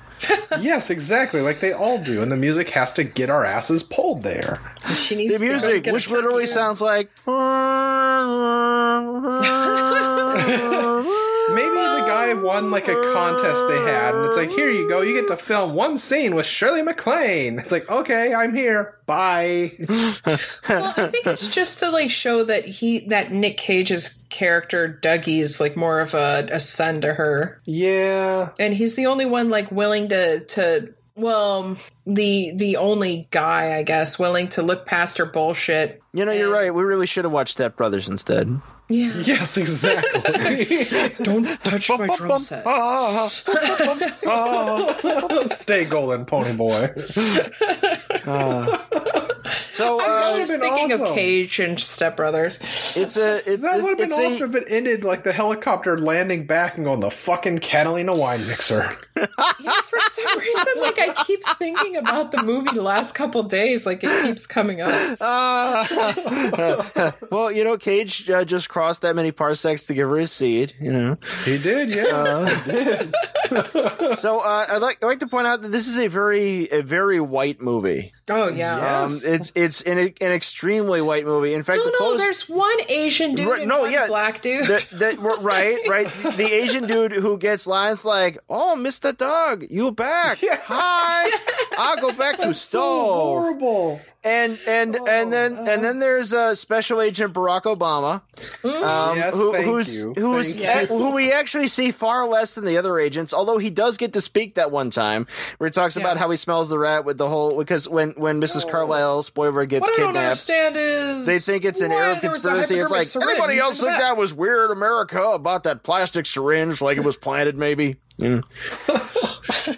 [SPEAKER 3] yes, exactly, like they all do, and the music has to get our asses pulled there.
[SPEAKER 2] She needs
[SPEAKER 4] The
[SPEAKER 2] to go
[SPEAKER 4] music,
[SPEAKER 2] get a
[SPEAKER 4] which literally
[SPEAKER 2] turkey.
[SPEAKER 4] sounds like.
[SPEAKER 3] Maybe the guy won like a contest they had, and it's like, here you go, you get to film one scene with Shirley MacLaine. It's like, okay, I'm here, bye.
[SPEAKER 2] Well, I think it's just to like show that he that Nick Cage's character Dougie is like more of a, a son to her,
[SPEAKER 3] yeah,
[SPEAKER 2] and he's the only one like willing to to well the the only guy I guess willing to look past her bullshit.
[SPEAKER 4] You know, you're right. We really should have watched Step Brothers instead.
[SPEAKER 2] Yeah,
[SPEAKER 3] yes, exactly.
[SPEAKER 2] don't touch my drum set.
[SPEAKER 3] Ah, ah. Stay golden, pony boy.
[SPEAKER 4] So
[SPEAKER 2] I
[SPEAKER 4] uh,
[SPEAKER 2] was
[SPEAKER 3] That would've been
[SPEAKER 2] thinking of
[SPEAKER 3] awesome.
[SPEAKER 2] Cage and Step Brothers.
[SPEAKER 4] it's a it's
[SPEAKER 3] That would have been
[SPEAKER 4] it's a-
[SPEAKER 3] awesome if it ended like the helicopter landing back and going the fucking Catalina wine mixer.
[SPEAKER 2] Yeah, for some reason, like I keep thinking about the movie the last couple days. Like it keeps coming up.
[SPEAKER 4] Ah. well, you know, Cage uh, just crossed that many parsecs to give her his seed. You know,
[SPEAKER 3] he did, yeah.
[SPEAKER 4] Uh, so uh, I'd like I'd like to point out that this is a very a very white movie.
[SPEAKER 2] Oh yeah.
[SPEAKER 4] Um,
[SPEAKER 3] Yes.
[SPEAKER 4] it's it's an an extremely white movie. In fact,
[SPEAKER 2] No,
[SPEAKER 4] the
[SPEAKER 2] no,
[SPEAKER 4] close
[SPEAKER 2] there's one Asian dude
[SPEAKER 4] Right,
[SPEAKER 2] and
[SPEAKER 4] no,
[SPEAKER 2] one
[SPEAKER 4] yeah.
[SPEAKER 2] black dude.
[SPEAKER 4] that, that we're- right right the Asian dude who gets lines like "Oh, Mister Dog, you back? Hi, I'll go back to stove."
[SPEAKER 3] horrible.
[SPEAKER 4] and and and then and then there's uh, Special Agent Barack Obama, um,
[SPEAKER 3] Yes,
[SPEAKER 4] who,
[SPEAKER 3] thank
[SPEAKER 4] who's
[SPEAKER 3] you.
[SPEAKER 4] who's
[SPEAKER 2] Thank you.
[SPEAKER 4] who we actually see far less than the other agents. Although he does get to speak that one time where he talks about how he smells the rat with the whole because when when Mrs. Carlisle Spoiler gets
[SPEAKER 2] what I don't
[SPEAKER 4] kidnapped.
[SPEAKER 2] understand is
[SPEAKER 4] They think it's an
[SPEAKER 2] why
[SPEAKER 4] Arab
[SPEAKER 2] there was a
[SPEAKER 4] conspiracy. It's like
[SPEAKER 2] hypodermic syringe.
[SPEAKER 4] anybody
[SPEAKER 2] Look
[SPEAKER 4] else
[SPEAKER 2] at
[SPEAKER 4] think that was weird. America about that plastic syringe, like it was planted, maybe. Yeah.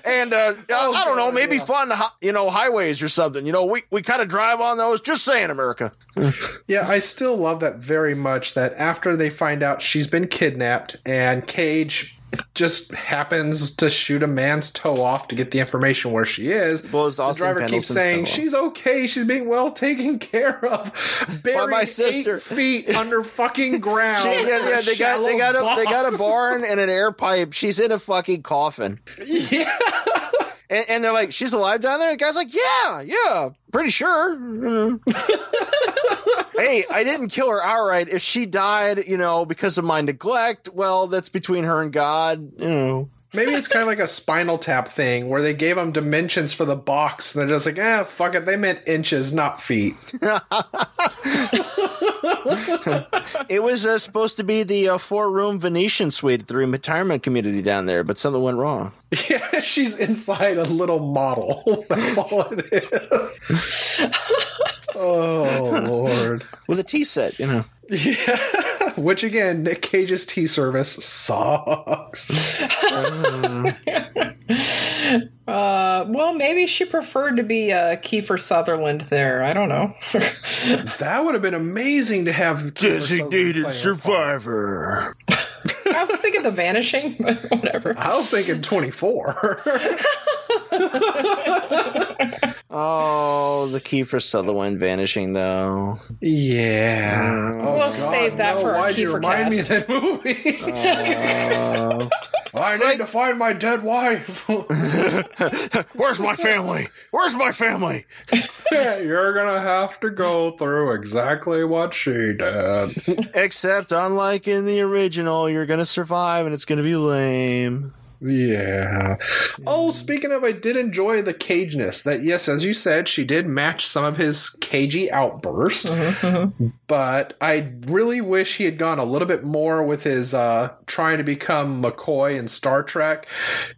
[SPEAKER 4] and uh,
[SPEAKER 2] Oh,
[SPEAKER 4] I, I don't know, maybe fun, you know, highways or something. You know, we we kind of drive on those. Just saying, America.
[SPEAKER 3] Yeah, I still love that very much. That after they find out she's been kidnapped and Cage just happens to shoot a man's toe off to get the information where she is.
[SPEAKER 4] Blows
[SPEAKER 3] the
[SPEAKER 4] Austin
[SPEAKER 3] driver keeps
[SPEAKER 4] Pendleton's toe
[SPEAKER 3] saying
[SPEAKER 4] off.
[SPEAKER 3] she's okay, she's being well taken care of. Buried
[SPEAKER 4] my sister.
[SPEAKER 3] eight feet under fucking ground.
[SPEAKER 4] Yeah, yeah, yeah, they got they got a, they got a barn and an air pipe. She's in a fucking coffin.
[SPEAKER 3] Yeah.
[SPEAKER 4] And, and they're like, she's alive down there. And the guy's like, yeah, yeah, pretty sure. Mm. hey, I didn't kill her outright. If she died, you know, because of my neglect, well, that's between her and God. You know,
[SPEAKER 3] Maybe it's kind of like a Spinal Tap thing where they gave them dimensions for the box, and they're just like, "Ah, fuck it." They meant inches, not feet.
[SPEAKER 4] it was uh, supposed to be the uh, four room Venetian suite at the retirement community down there, but something went wrong.
[SPEAKER 3] Yeah, she's inside a little model. That's all it is. oh lord.
[SPEAKER 4] With a tea set, you know.
[SPEAKER 3] Yeah. Which again, Nick Cage's tea service sucks.
[SPEAKER 2] Uh, well, maybe she preferred to be uh, Kiefer Sutherland there. I don't know.
[SPEAKER 3] That would have been amazing to have
[SPEAKER 1] Designated survivor.
[SPEAKER 2] I was thinking The Vanishing, but whatever.
[SPEAKER 3] I was thinking 24.
[SPEAKER 4] Oh, the key for Sutherland vanishing, though.
[SPEAKER 3] yeah. Oh,
[SPEAKER 2] We'll save that for our
[SPEAKER 3] why'd you
[SPEAKER 2] Kiefer
[SPEAKER 3] remind me of
[SPEAKER 2] cast.
[SPEAKER 3] that movie? Uh, I need
[SPEAKER 4] like-
[SPEAKER 3] to find my dead wife.
[SPEAKER 1] Where's my family? Where's my family?
[SPEAKER 3] You're gonna have to go through exactly what she did.
[SPEAKER 4] Except, unlike in the original, you're going to survive and it's going to be lame.
[SPEAKER 3] Yeah. Oh, speaking of, I did enjoy the cageness. That yes, as you said, she did match some of his cagey outbursts. But I really wish he had gone a little bit more with his uh, trying to become McCoy in Star Trek,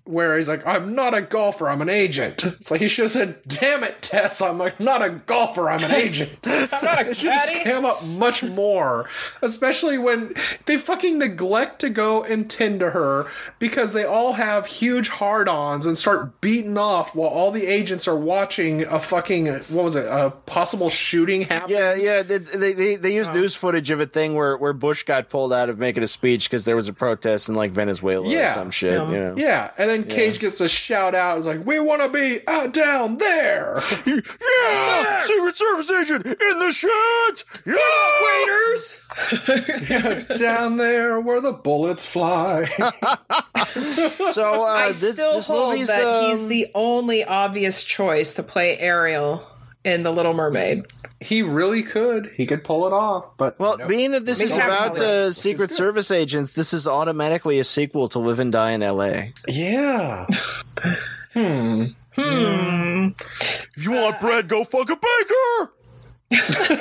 [SPEAKER 3] where he's like, "I'm not a golfer, I'm an agent." It's like he should have said, "Damn it, Tess, I'm like not a golfer, I'm an agent."
[SPEAKER 2] I'm not a
[SPEAKER 3] It should just
[SPEAKER 2] caddy.
[SPEAKER 3] came up much more, especially when they fucking neglect to go and tend to her because they all all have huge hard ons and start beating off while all the agents are watching a fucking, what was it, a possible shooting happen?
[SPEAKER 4] Yeah, yeah. They they, they, they used news footage of a thing where, where Bush got pulled out of making a speech because there was a protest in like Venezuela
[SPEAKER 3] Yeah.
[SPEAKER 4] or some shit. You know?
[SPEAKER 3] Yeah, and then Cage gets a shout out. It's like, we want to be uh, down there.
[SPEAKER 1] Yeah! Secret Service agent in the shit! Yeah!
[SPEAKER 2] Waiters!
[SPEAKER 3] down there where the bullets fly.
[SPEAKER 4] So uh,
[SPEAKER 2] I
[SPEAKER 4] this,
[SPEAKER 2] still
[SPEAKER 4] this
[SPEAKER 2] hold
[SPEAKER 4] movie's,
[SPEAKER 2] that he's
[SPEAKER 4] um,
[SPEAKER 2] the only obvious choice to play Ariel in The Little Mermaid.
[SPEAKER 3] he really could. He could pull it off, but
[SPEAKER 4] Well,
[SPEAKER 3] nope.
[SPEAKER 4] being that this
[SPEAKER 2] Makes
[SPEAKER 4] is
[SPEAKER 2] happy
[SPEAKER 4] about
[SPEAKER 2] colors,
[SPEAKER 4] uh, Secret Service agents, this is automatically a sequel to Live and Die in L.A.
[SPEAKER 3] yeah. hmm.
[SPEAKER 2] Hmm.
[SPEAKER 1] If you want bread, go fuck a baker!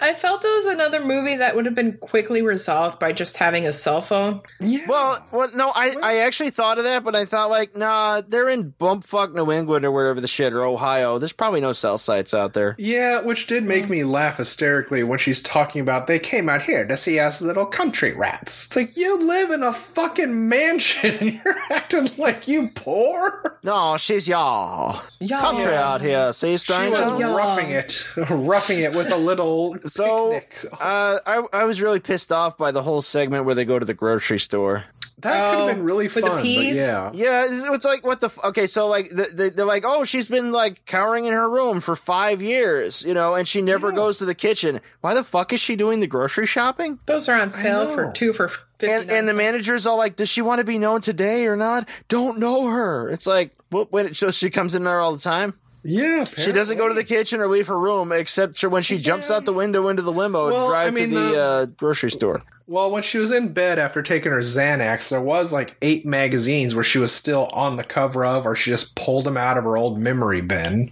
[SPEAKER 2] I felt it was another movie that would have been quickly resolved by just having a cell phone.
[SPEAKER 3] Yeah.
[SPEAKER 4] Well, well, no, I, I actually thought of that, but I thought like, nah, they're in bumpfuck New England or wherever the shit or Ohio. There's probably no cell sites out there.
[SPEAKER 3] yeah, which did make me laugh hysterically when she's talking about they came out here to see us little country rats. It's like you live in a fucking mansion. and You're acting like you poor.
[SPEAKER 4] No, she's y'all
[SPEAKER 2] Y'all.
[SPEAKER 4] country out here. See,
[SPEAKER 3] She
[SPEAKER 4] Stein.
[SPEAKER 3] was
[SPEAKER 2] young.
[SPEAKER 3] roughing it, roughing it with a little
[SPEAKER 4] So,
[SPEAKER 3] picnic.
[SPEAKER 4] Uh, I I was really pissed off by the whole segment where they go to the grocery store.
[SPEAKER 3] That could
[SPEAKER 2] Oh,
[SPEAKER 3] have
[SPEAKER 4] uh,
[SPEAKER 3] been really
[SPEAKER 2] with the
[SPEAKER 3] fun. but
[SPEAKER 2] peas?
[SPEAKER 3] yeah.
[SPEAKER 4] Yeah, it's, it's like what the f- okay. So like the, the, they're like, oh, she's been like cowering in her room for five years, you know, and she never goes to the kitchen. Why the fuck is she doing the grocery shopping?
[SPEAKER 2] Those are on sale for
[SPEAKER 3] know.
[SPEAKER 2] two for fifty.
[SPEAKER 4] And and the manager's all like, does she want to be known today or not? Don't know her. It's like, what? When so she comes in there all the time.
[SPEAKER 3] Yeah.
[SPEAKER 4] She doesn't go to the kitchen or leave her room except when she jumps out the window into the limo
[SPEAKER 3] Well,
[SPEAKER 4] and drive
[SPEAKER 3] I mean,
[SPEAKER 4] to the
[SPEAKER 3] the-
[SPEAKER 4] uh, grocery store.
[SPEAKER 3] Well, when she was in bed after taking her Xanax, there was like eight magazines where she was still on the cover of, or she just pulled them out of her old memory bin.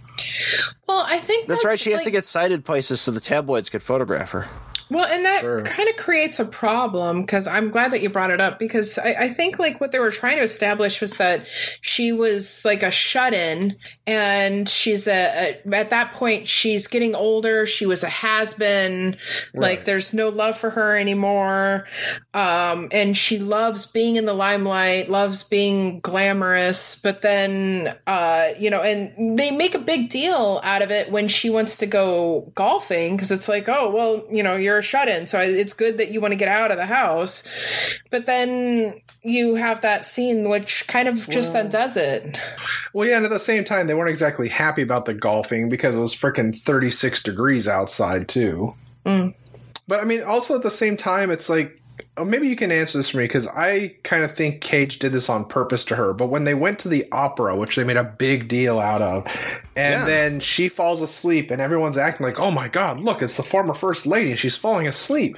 [SPEAKER 2] well, I think
[SPEAKER 4] That's, right. She has
[SPEAKER 2] like-
[SPEAKER 4] to get cited places so the tabloids could photograph her.
[SPEAKER 2] Well, and that
[SPEAKER 3] Sure.
[SPEAKER 2] kind of creates a problem because I'm glad that you brought it up because I, I think like what they were trying to establish was that she was like a shut in and she's a, a at that point she's getting older. She was a has been, like there's no love for her anymore, um, and she loves being in the limelight, loves being glamorous. But then uh, you know, and they make a big deal out of it when she wants to go golfing because it's like, oh, well, you know, you're a shut in, so it's good that you want to get out of the house. But then you have that scene which kind of just undoes it.
[SPEAKER 3] Well, yeah, and at the same time, they weren't exactly happy about the golfing because it was freaking 36 degrees outside, too.
[SPEAKER 2] Mm.
[SPEAKER 3] But I mean, also at the same time, it's like, oh, maybe you can answer this for me because I kind of think Cage did this on purpose to her. But when they went to the opera, which they made a big deal out of, and
[SPEAKER 4] Yeah.
[SPEAKER 3] then she falls asleep, and everyone's acting like, oh my God, look, it's the former first lady, and she's falling asleep.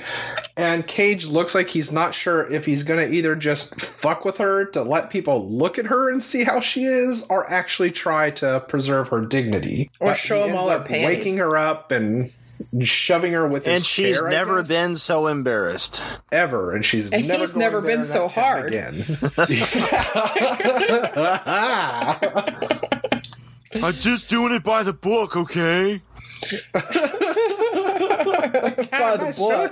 [SPEAKER 3] And Cage looks like he's not sure if he's going to either just fuck with her to let people look at her and see how she is, or actually try to preserve her dignity.
[SPEAKER 2] Or
[SPEAKER 3] But
[SPEAKER 2] show
[SPEAKER 3] he
[SPEAKER 2] 'em
[SPEAKER 3] ends
[SPEAKER 2] all her
[SPEAKER 3] up
[SPEAKER 2] panties.
[SPEAKER 3] Waking her up and shoving her with his
[SPEAKER 4] and she's
[SPEAKER 3] chair, I
[SPEAKER 4] never
[SPEAKER 3] guess,
[SPEAKER 4] been so embarrassed.
[SPEAKER 3] ever, and she's
[SPEAKER 2] And
[SPEAKER 3] never
[SPEAKER 2] he's
[SPEAKER 3] going
[SPEAKER 2] never
[SPEAKER 3] there
[SPEAKER 2] been
[SPEAKER 3] in that
[SPEAKER 2] so
[SPEAKER 3] town
[SPEAKER 2] hard.
[SPEAKER 3] again.
[SPEAKER 1] I'm just doing it by the book, okay?
[SPEAKER 2] By the book.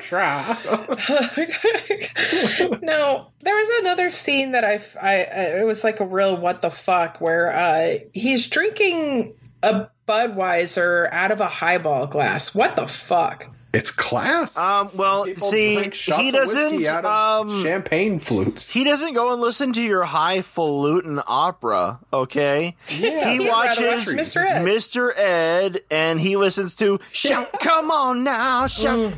[SPEAKER 2] no, there was another scene that I, I, I- it was like a real what the fuck where uh, he's drinking a Budweiser out of a highball glass. What the fuck?
[SPEAKER 3] It's class.
[SPEAKER 4] Um, well,
[SPEAKER 3] People
[SPEAKER 4] see,
[SPEAKER 3] drink shots
[SPEAKER 4] he
[SPEAKER 3] of whiskey
[SPEAKER 4] doesn't.
[SPEAKER 3] out of
[SPEAKER 4] Um,
[SPEAKER 3] champagne flutes.
[SPEAKER 4] he doesn't go and listen to your highfalutin opera. Okay,
[SPEAKER 3] Yeah.
[SPEAKER 4] he
[SPEAKER 2] He'd rather watch
[SPEAKER 4] watches
[SPEAKER 2] Mr. Ed.
[SPEAKER 4] Mr. Ed, and he listens to "Shout, Come On Now, Shout."
[SPEAKER 3] Mm.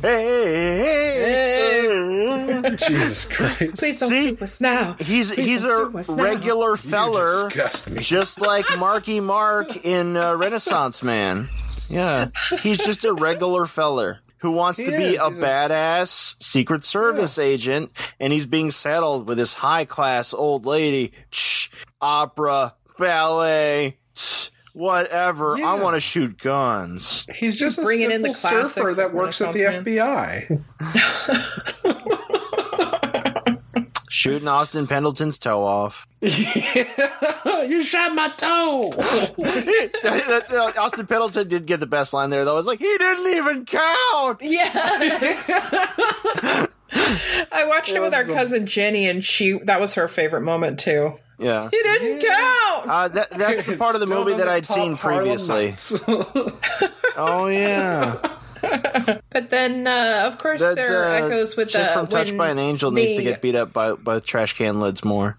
[SPEAKER 4] Hey,
[SPEAKER 3] Jesus Christ.
[SPEAKER 2] Please don't
[SPEAKER 4] See?
[SPEAKER 2] sue us now.
[SPEAKER 4] he's
[SPEAKER 2] Please
[SPEAKER 4] he's
[SPEAKER 2] don't
[SPEAKER 4] a
[SPEAKER 2] sue us now.
[SPEAKER 4] regular feller,
[SPEAKER 3] Disgust me.
[SPEAKER 4] just like Marky Mark in uh, Renaissance Man. Yeah, he's just a regular feller who wants to be
[SPEAKER 3] is,
[SPEAKER 4] a
[SPEAKER 3] he's a-
[SPEAKER 4] badass Secret Service agent, and he's being saddled with this high class old lady, Shh, opera, ballet, tch, whatever. I
[SPEAKER 3] Yeah.
[SPEAKER 4] want to shoot guns.
[SPEAKER 3] He's just a
[SPEAKER 2] Bringing
[SPEAKER 3] simple
[SPEAKER 2] in the classics
[SPEAKER 3] surfer that
[SPEAKER 2] of
[SPEAKER 3] works at the
[SPEAKER 2] Renaissance man.
[SPEAKER 3] FBI.
[SPEAKER 4] Shooting Austin Pendleton's toe off.
[SPEAKER 3] you shot my toe.
[SPEAKER 4] Austin Pendleton did get the best line there, though. It's like, he didn't even count.
[SPEAKER 2] Yes. I watched it with our cousin Jenny, and she that was her favorite moment too.
[SPEAKER 4] Yeah.
[SPEAKER 2] You didn't count.
[SPEAKER 4] Uh, that, that's the part of the
[SPEAKER 3] Still
[SPEAKER 4] movie that
[SPEAKER 3] doesn't
[SPEAKER 4] I'd
[SPEAKER 3] top
[SPEAKER 4] seen
[SPEAKER 3] Harlem
[SPEAKER 4] previously.
[SPEAKER 3] Nights.
[SPEAKER 4] Oh yeah,
[SPEAKER 2] But then, uh, of course,
[SPEAKER 4] that
[SPEAKER 2] there are
[SPEAKER 4] uh,
[SPEAKER 2] echoes with
[SPEAKER 4] chick
[SPEAKER 2] the
[SPEAKER 4] from Touched
[SPEAKER 2] when
[SPEAKER 4] by an Angel needs to
[SPEAKER 2] the-
[SPEAKER 4] get beat up by by trash can lids more.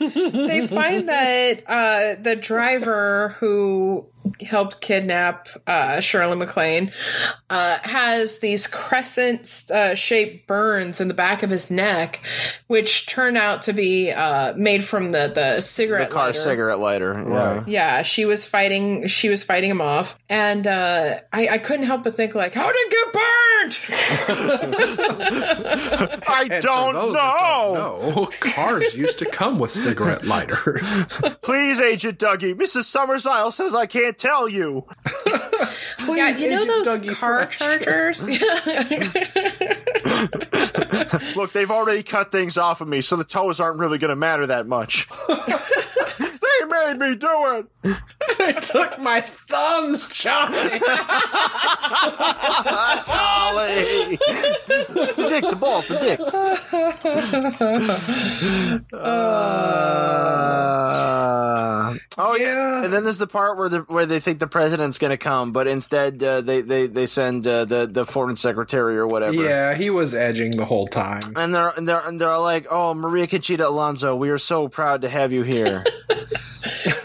[SPEAKER 2] they find that uh, the driver who helped kidnap uh, Shirley MacLaine uh, has these crescent uh, shaped burns in the back of his neck, which turn out to be uh, made from the the cigarette
[SPEAKER 4] Car
[SPEAKER 2] lighter.
[SPEAKER 4] cigarette lighter. Yeah.
[SPEAKER 3] Right.
[SPEAKER 2] Yeah, she was fighting. She was fighting him off, and uh, I, I couldn't help but think, like, how did it get burned?
[SPEAKER 4] I
[SPEAKER 3] And for those that don't know, cars used to come with cigarette lighters.
[SPEAKER 4] Please, Agent Dougie. Mrs. Summers Isle says I can't tell you.
[SPEAKER 2] yeah,
[SPEAKER 3] Please,
[SPEAKER 2] you know
[SPEAKER 3] Agent
[SPEAKER 2] those
[SPEAKER 3] Dougie
[SPEAKER 2] car
[SPEAKER 3] Fresh.
[SPEAKER 2] chargers.
[SPEAKER 4] Look, they've already cut things off of me, so the toes aren't really going to matter that much. they made me do it.
[SPEAKER 3] they took my thumbs, Johnny.
[SPEAKER 4] Ollie. the dick, the balls, the dick. Uh, oh yeah.
[SPEAKER 3] Yeah.
[SPEAKER 4] And then there's the part where the where they think the president's going to come, but instead uh, they they they send uh, the the foreign secretary or whatever.
[SPEAKER 3] yeah, he was edging the whole time.
[SPEAKER 4] And they're and they're and they're like, "Oh, Maria Conchita Alonso, we are so proud to have you here."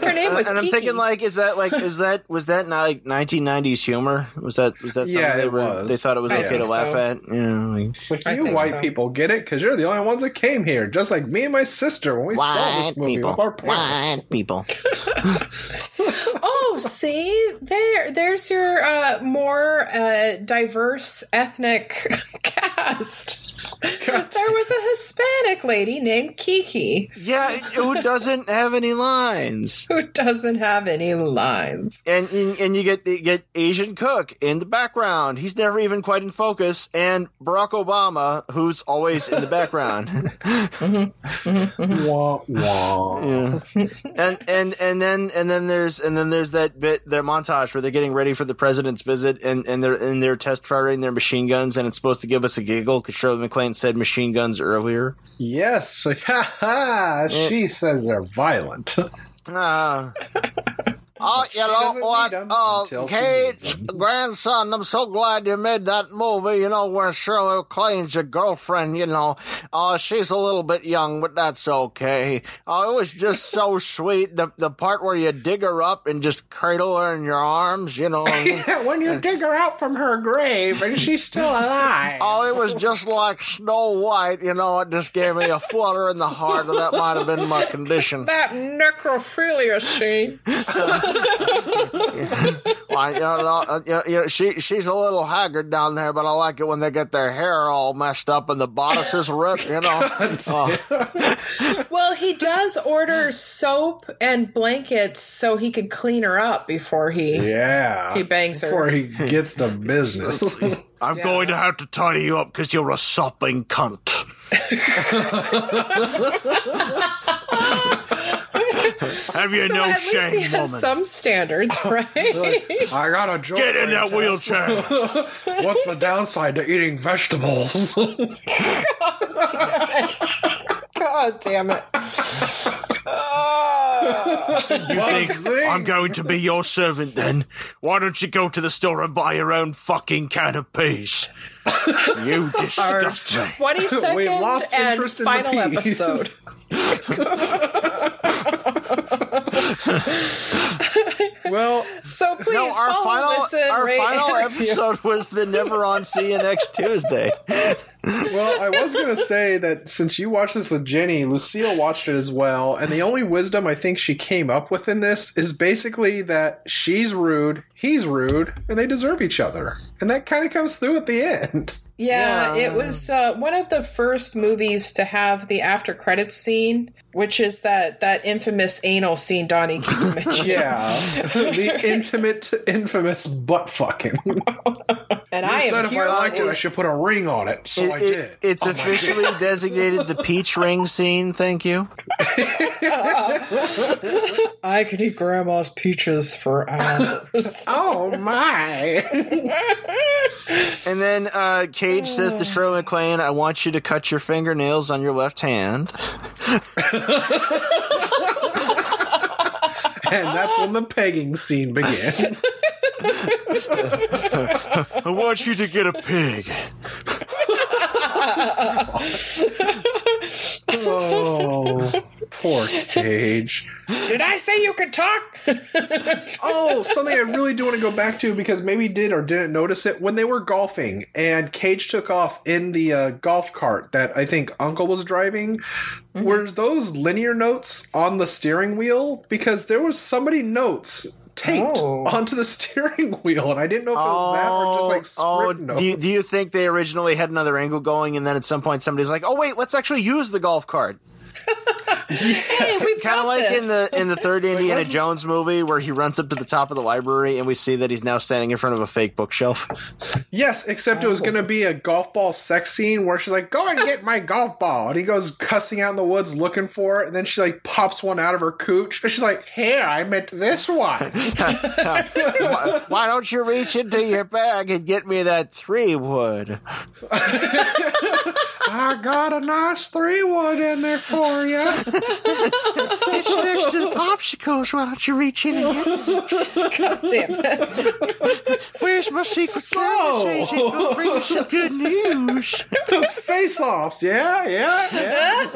[SPEAKER 2] Her name was.
[SPEAKER 4] and I'm
[SPEAKER 2] Kiki.
[SPEAKER 4] thinking, like, is that like is that was that not like 1990s humor? Was that was that something
[SPEAKER 3] Yeah,
[SPEAKER 4] they
[SPEAKER 3] it
[SPEAKER 4] were
[SPEAKER 3] was.
[SPEAKER 4] they thought it was
[SPEAKER 2] I
[SPEAKER 4] okay
[SPEAKER 2] think
[SPEAKER 4] to laugh
[SPEAKER 2] so.
[SPEAKER 4] at? You know, like,
[SPEAKER 3] Like,
[SPEAKER 2] I
[SPEAKER 3] you
[SPEAKER 2] think
[SPEAKER 3] white
[SPEAKER 2] so.
[SPEAKER 3] people get it because you're the only ones that came here, just like me and my sister when we saw this movie with our parents.
[SPEAKER 4] people.
[SPEAKER 2] oh, see there, there's your uh, more uh, diverse ethnic cast.
[SPEAKER 3] God,
[SPEAKER 2] There was a Hispanic lady named Kiki
[SPEAKER 4] Yeah, who doesn't have any lines?
[SPEAKER 2] who doesn't have any lines.
[SPEAKER 4] And and, and you get you get Asian Cook in the background. He's never even quite in focus. And Barack Obama, who's always in the background.
[SPEAKER 3] wah, wah.
[SPEAKER 4] and and and then and then there's and then there's that bit their montage where they're getting ready for the president's visit and and they're in their test firing their machine guns and it's supposed to give us a giggle because Shirley MacLaine said machine guns earlier.
[SPEAKER 3] Yes, like, ha ha. She says they're violent.
[SPEAKER 4] Ah. Oh, you know
[SPEAKER 3] doesn't
[SPEAKER 4] what?
[SPEAKER 3] need 'em
[SPEAKER 4] Oh,
[SPEAKER 3] until she needs
[SPEAKER 4] Cage,
[SPEAKER 3] 'em.
[SPEAKER 4] grandson, I'm so glad you made that movie, you know, where Shirley claims your girlfriend, you know. Oh, she's a little bit young, but that's okay. Oh, it was just so sweet. The, the part where you dig her up and just cradle her in your arms, you know.
[SPEAKER 3] when you dig her out from her grave and she's still alive.
[SPEAKER 4] Oh, it was just like Snow White, you know. It just gave me a flutter in the heart, or that might have been my condition.
[SPEAKER 2] That necrophilia scene.
[SPEAKER 4] Like, you know, uh, you know, you know, she she's a little haggard down there, but I like it when they get their hair all messed up and the bodices ripped. You know, Oh,
[SPEAKER 2] Well, he does order soap and blankets so he could clean her up before he
[SPEAKER 3] Yeah.
[SPEAKER 2] he bangs her.
[SPEAKER 3] Before he gets to business.
[SPEAKER 4] I'm going to have to tidy you up because you're a sopping cunt. have you
[SPEAKER 2] so
[SPEAKER 4] no
[SPEAKER 2] at least
[SPEAKER 4] shame,
[SPEAKER 2] he has
[SPEAKER 4] woman?
[SPEAKER 2] some standards, right?
[SPEAKER 3] I got a joke.
[SPEAKER 4] Get in
[SPEAKER 3] for you,
[SPEAKER 4] that
[SPEAKER 3] Tess.
[SPEAKER 4] wheelchair.
[SPEAKER 3] What's the downside to eating vegetables?
[SPEAKER 2] God damn it.
[SPEAKER 4] You think
[SPEAKER 3] Zing.
[SPEAKER 4] I'm going to be your servant then? Why don't you go to the store and buy your own fucking can of peas? You disgust me.
[SPEAKER 2] 20
[SPEAKER 3] We've
[SPEAKER 2] second
[SPEAKER 3] lost
[SPEAKER 2] and
[SPEAKER 3] interest in the
[SPEAKER 2] final
[SPEAKER 3] peas.
[SPEAKER 2] episode.
[SPEAKER 3] well,
[SPEAKER 2] So please
[SPEAKER 4] No, our
[SPEAKER 2] follow,
[SPEAKER 4] final
[SPEAKER 2] listen,
[SPEAKER 4] our
[SPEAKER 2] rate,
[SPEAKER 4] final
[SPEAKER 2] and review.
[SPEAKER 4] episode was the Never on See You next Tuesday.
[SPEAKER 3] well, I was gonna say that since you watched this with Jenny, Lucille watched it as well, and the only wisdom I think she came up with in this is basically that she's rude, he's rude, and they deserve each other, and that kind of comes through at the end.
[SPEAKER 2] Yeah,
[SPEAKER 4] Yeah.
[SPEAKER 2] it was uh, one of the first movies to have the after credits scene, which is that that infamous anal scene Donnie keeps mentioning.
[SPEAKER 3] Yeah, the intimate, infamous butt fucking.
[SPEAKER 2] And I I am
[SPEAKER 3] said if
[SPEAKER 2] here
[SPEAKER 3] I liked
[SPEAKER 2] for
[SPEAKER 3] it,
[SPEAKER 2] it.
[SPEAKER 3] I should put a ring on it. So
[SPEAKER 4] It-
[SPEAKER 3] I
[SPEAKER 4] it-
[SPEAKER 3] did.
[SPEAKER 4] it's
[SPEAKER 3] Oh my
[SPEAKER 4] officially designated the peach ring scene. Thank you.
[SPEAKER 2] I could eat grandma's peaches for hours.
[SPEAKER 3] Oh my!
[SPEAKER 4] And then uh, Cage says
[SPEAKER 2] Mm.
[SPEAKER 4] to Shirley MacLaine, "I want you to cut your fingernails on your left hand."
[SPEAKER 3] and that's when the pegging scene began.
[SPEAKER 1] I want you to get a pig.
[SPEAKER 3] oh, poor Cage.
[SPEAKER 2] Did I say you could talk?
[SPEAKER 3] Oh, something I really do want to go back to because maybe you did or didn't notice it when they were golfing and Cage took off in the uh, golf cart that I think Uncle was driving.
[SPEAKER 4] Mm-hmm.
[SPEAKER 3] Were those linear notes on the steering wheel? Because there was somebody notes taped
[SPEAKER 2] Oh.
[SPEAKER 3] onto the steering wheel, and I didn't know if it was that or just like
[SPEAKER 4] oh,
[SPEAKER 3] script notes.
[SPEAKER 4] do you, do you think they originally had another angle going, and then at some point somebody's like, "Oh wait, let's actually use the golf cart."
[SPEAKER 2] hey, we've
[SPEAKER 4] Kind
[SPEAKER 2] got
[SPEAKER 4] of like
[SPEAKER 2] this.
[SPEAKER 4] in the in the third Indiana Jones movie where he runs up to the top of the library and we see that he's now standing in front of a fake bookshelf.
[SPEAKER 3] Yes, except it was going to be a golf ball sex scene where she's like, "Go and get my golf ball," and he goes cussing out in the woods looking for it, and then she like pops one out of her cooch, and she's like, "Here, I meant this one."
[SPEAKER 4] why, why don't you reach into your bag and get me that three wood?
[SPEAKER 3] I got a nice three wood in there for you.
[SPEAKER 4] It's next to the popsicles. Why don't you reach in and get?
[SPEAKER 2] Damn it.
[SPEAKER 4] Where's my secret conversation? Gonna bring me some good news.
[SPEAKER 3] Face offs, yeah, yeah, yeah.